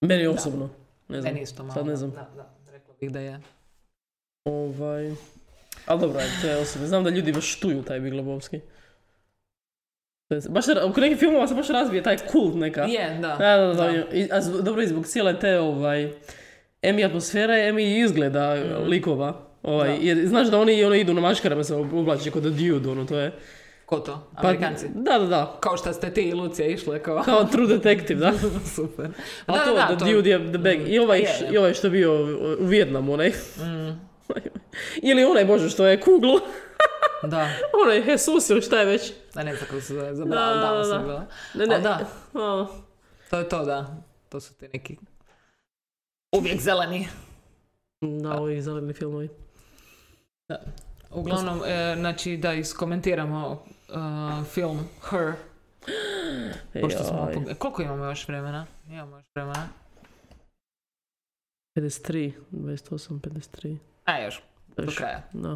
A: Meni osobno. Ne znam.
B: Meni isto malo.
A: Sad ne znam.
B: Da, da, rekla bih da je.
A: Ovaj... Ali dobro, ajde, to je osobno. Znam da ljudi baš štuju taj Big Lebowski. To je- Baš, se ra- oko nekih filmova se baš razbije taj kult neka.
B: Je, da.
A: Da, da, da. I- a zb- dobro, i zbog cijele te, ovaj, emi atmosfere, emi izgleda likova. Ovaj,
B: Mhm. Da.
A: jer znaš da oni ono, idu na maškarama se oblače kod Dude, ono, to je.
B: Ko to?
A: Pa-
B: Amerikanci?
A: Da, da, da.
B: Kao što ste ti i Lucija išle, kao...
A: Kao True Detective, da.
B: Super.
A: A to, da,
B: to- Mm,
A: Dude je the bag. I ovaj,
B: Je. Mm.
A: š- i ovaj što je bio u Vijetnamu, onaj. ili onaj, bože, što je kuglo.
B: Da,
A: onaj Jesus ili šta je već.
B: da ne znam kako se zove,
A: Da,
B: zabrala,
A: da,
B: davno
A: da.
B: sam bila.
A: Ne, ne.
B: A da.
A: A,
B: To je to, da. To su ti neki... Uvijek zeleni.
A: da, ovi zeleni filmovi.
B: Uglavnom, e, znači da iskomentiramo e, film Her. Pošto smo
A: Jaj,
B: pog- Koliko imamo još vremena? Imamo još vremena.
A: 53, 28, 53.
B: A još, do
A: Još,
B: kraja.
A: Da.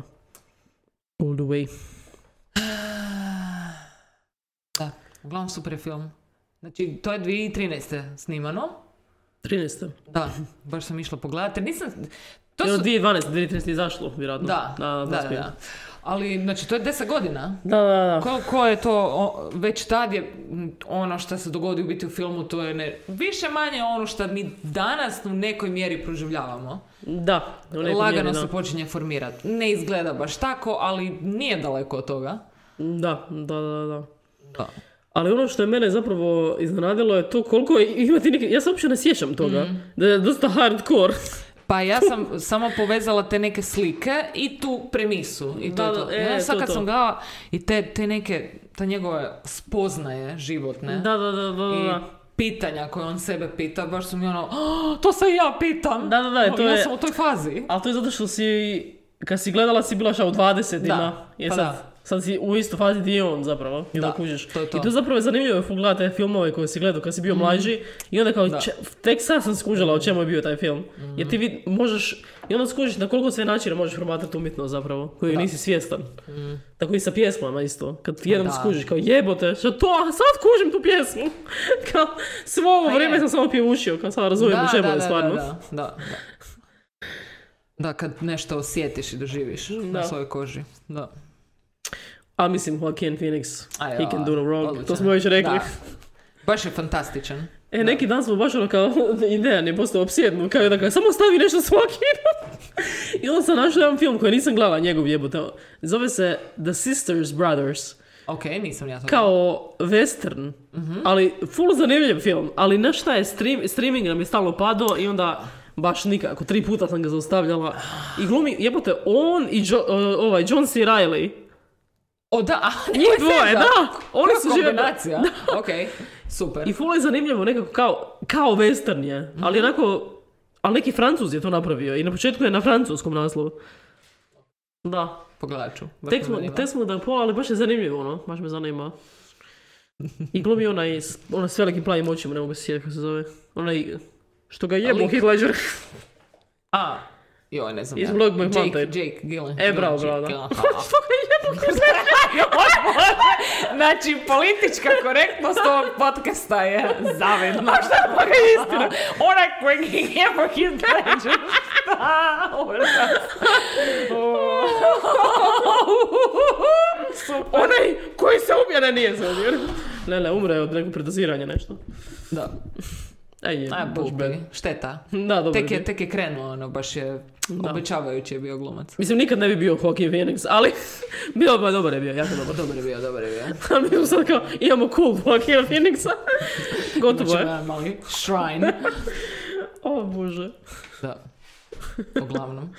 A: All the way.
B: Da, uglavnom super je film. Znači, to je 2013. snimano.
A: 13.
B: Da, baš sam išla pogledati. Nisam... To
A: To
B: su...
A: su... 2012, 2013 je izašlo, vjerojatno.
B: Da, da, da,
A: uspio.
B: da. Ali, znači, to je 10 godina.
A: Da, da, da.
B: Ko, ko je to, o, već tad je m, ono što se dogodi u biti u filmu, to je ne, više manje ono što mi danas u nekoj mjeri proživljavamo.
A: Da, u nekom
B: Lagano
A: mjeri, da.
B: se počinje formirati. Ne izgleda baš tako, ali nije daleko od toga.
A: Da, da, da, da.
B: Da.
A: Ali ono što je mene zapravo iznenadilo je to koliko je- ima ti neke, ja se uopće ne sjećam toga, da je dosta hardcore.
B: Pa ja sam samo povezala te neke slike i tu premisu. I to
A: Da,
B: je to.
A: da, e,
B: Ja sad
A: to,
B: kad
A: to.
B: sam gledala i te, te neke, ta njegove spoznaje životne.
A: Da, da, da, da, da.
B: i
A: da.
B: Ono, pitanja koje on sebe pita, baš su mi ono, "Ah, to se i ja pitam.
A: Da, da, da,
B: O,
A: to
B: ja
A: je-
B: sam u toj fazi.
A: Ali to je zato što si, kad si gledala si bila šta u 20-ima.
B: Da,
A: je
B: pa
A: sad,
B: da.
A: Sad si u isto fazi di je on zapravo. I
B: Da,
A: da, kužiš.
B: to je to. Mhm.
A: I to zapravo je zanimljivo gledati te filmove koje si gledao kad si bio mlađi i onda kao
B: Da. Mhm.
A: če- tek sad sam skužila o čemu je bio taj film. Jer ti vid, možeš i onda skužiš na koliko sve načina možeš promatrati umjetno zapravo koji
B: Da. Mhm. Pa
A: nisi svjestan. Tako i sa pjesmama isto. Kad ti jednom
B: Da.
A: skužiš kao jebote, što to, a sad kužim tu pjesmu. kao svo ovo
B: Pa
A: vrijeme
B: je.
A: sam samo pjevušio, kao sad razumijem o čemu je stvarno.
B: Da, da, da. Da, kad nešto osjetiš i doživiš na
A: Da.
B: svojoj koži. Da.
A: A mislim Joaquin Phoenix,
B: A
A: he
B: ja,
A: can do no wrong, to
B: odličan.
A: smo već rekli.
B: Da. Baš je fantastičan.
A: E, neki dan smo baš ono kao, ideja je postao obsjednu, kao da kao, samo stavi nešto svaki I onda sam našao jedan film koji nisam gledala njegov jebote. Zove se The Sisters Brothers.
B: Ok, nisam ja to.
A: Kao western,
B: Mhm.
A: ali full zanimljiv film. Ali na šta je, stream, streaming nam je stalno padao i onda baš nikako, tri puta sam ga zaustavljala. I glumi, jebote, on i Jo- o, ovaj, John C. Reilly.
B: O da, a,
A: Njih dvoje, da! Oni su žive-
B: kombinacija. Ok, super.
A: I full je zanimljivo nekako kao, kao western je, ali onako, ali neki francuz je to napravio i na početku je na francuskom naslovu. Da,
B: Pogledat ću. baš
A: tek
B: me
A: smo,
B: zanima.
A: tek smo da pola, ali baš je zanimljivo ono, baš me zanima. I glumi onaj, s- onaj s velikim plavim očima, ne mogu se sjetiti kako se zove. Onaj, što ga jebu
B: Lik.
A: Heath Ledger.
B: A, joj, ne znam.
A: Iz
B: ja.
A: Black Black
B: Jake-
A: Mountain.
B: Jake Gyllen-
A: E, bravo,
B: Jake
A: bravo, da.
B: Gyllenhaal.
A: što ga jebu Heath Ledger?
B: Znači, politička korektnost ovog podcasta je zavedna. A šta je istina? Onaj kojeg je po Hitleđer.
A: Onaj koji se ubija da nije se ubio. Ne, ne, umre od nekog predoziranja nešto.
B: Da,
A: Ej, je,
B: a
A: baš bad.
B: bubi, šteta.
A: Da, dobro.
B: Tek je,
A: bio.
B: tek je krenuo, ono, baš je obećavajući je bio glumac.
A: Mislim, nikad ne bi bio Joaquin Phoenix, ali bio, ba, dobar je bio, jako dobar.
B: Dobar je bio, dobar je bio.
A: A mi smo sad kao, imamo cool Joaquina Phoenixa. Gotovo
B: Znači,
A: je.
B: jedan mali shrine.
A: O bože.
B: Da. Uglavnom.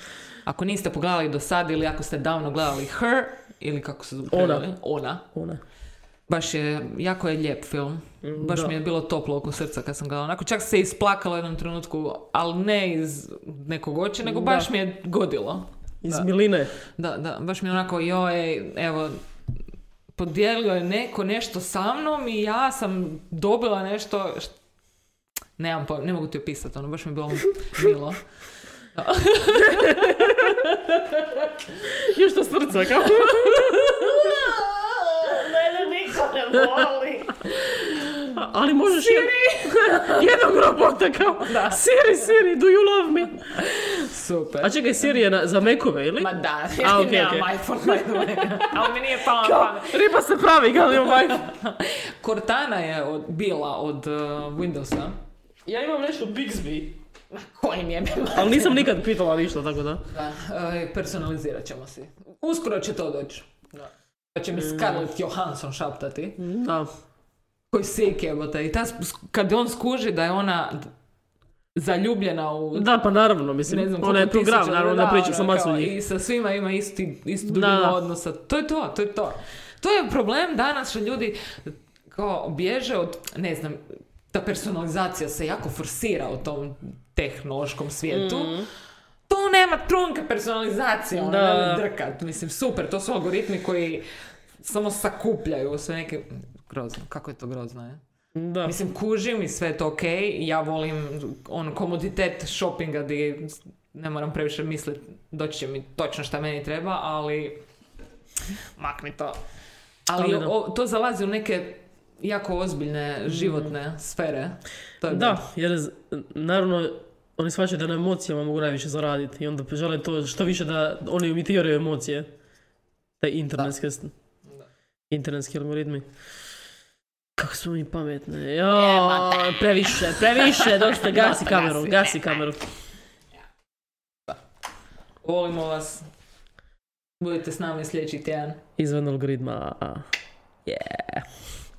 B: Ako niste pogledali do sad ili ako ste davno gledali Her, ili kako se preveli, Ona.
A: Ona.
B: Baš je, jako je lijep film. Baš
A: da.
B: mi je bilo toplo oko srca kad sam gledala. Onako, čak se isplakala u jednom trenutku, ali ne iz nekog oči, nego baš mi je godilo.
A: Iz Miline.
B: Da, da, baš mi je onako, joj, evo, podijelio je neko nešto sa mnom i ja sam dobila nešto, št- nemam pojma, ne mogu ti opisati, ono, baš mi je bilo milo.
A: Još to srca, kao. A- Ali možeš Siri! jednog robota kao Siri, Siri, do you love me?
B: Super.
A: A čekaj, Siri je na, za mekove ili?
B: Ma da,
A: A,
B: ja
A: okej,
B: nemam
A: okej.
B: iPhone, by the way. ali mi nije palo na pamet.
A: Riba se pravi kao da imam iPhone.
B: Cortana je od, bila od uh, Windowsa.
A: Ja imam nešto Bixby.
B: Koji mi je bila?
A: Ali nisam nikad pitala ništa, tako da.
B: Da, e, personalizirat ćemo si. Uskoro će to doći. Da. Pa će mi Scarlett Johansson šaptati.
A: Da.
B: Koji sik jebote. I ta, sk- kad on skuži da je ona d- zaljubljena u...
A: Da, pa naravno, mislim,
B: Ne znam
A: ona je
B: koliko tisuća
A: program, naravno, da
B: ljudi,
A: pričam sa
B: ono,
A: masu
B: kao,
A: njih.
B: I sa svima ima isti, istu
A: Da,
B: duljinu
A: da.
B: odnosa. To je to, to je to. To je problem danas što ljudi kao bježe od, ne znam, ta personalizacija se jako forsira u tom tehnološkom svijetu. Tu nema trunka personalizacije, ono,
A: Mm. Da.
B: da. drkat. Mislim, super, to su algoritmi koji samo sakupljaju sve neke... Grozno, kako je to grozno, je?
A: Da.
B: Mislim, kužim i sve je to ok. Ja volim on komoditet shoppinga gdje ne moram previše misliti, doći će mi točno šta meni treba, ali makni to. Ali
A: Ali da. Mhm.
B: o- to zalazi u neke jako ozbiljne životne sfere. To je
A: Da, jer z- naravno oni shvaćaju da na emocijama mogu najviše zaraditi i onda žele to što više da oni imitiraju emocije. Te internetske, s- internetski algoritmi. Kako smo mi pametne. Jo, previše, previše, dosta, gasi kameru, gasi kameru.
B: Volimo vas. Budite s nami sljedeći tjedan.
A: Izvan algoritma. Yeah.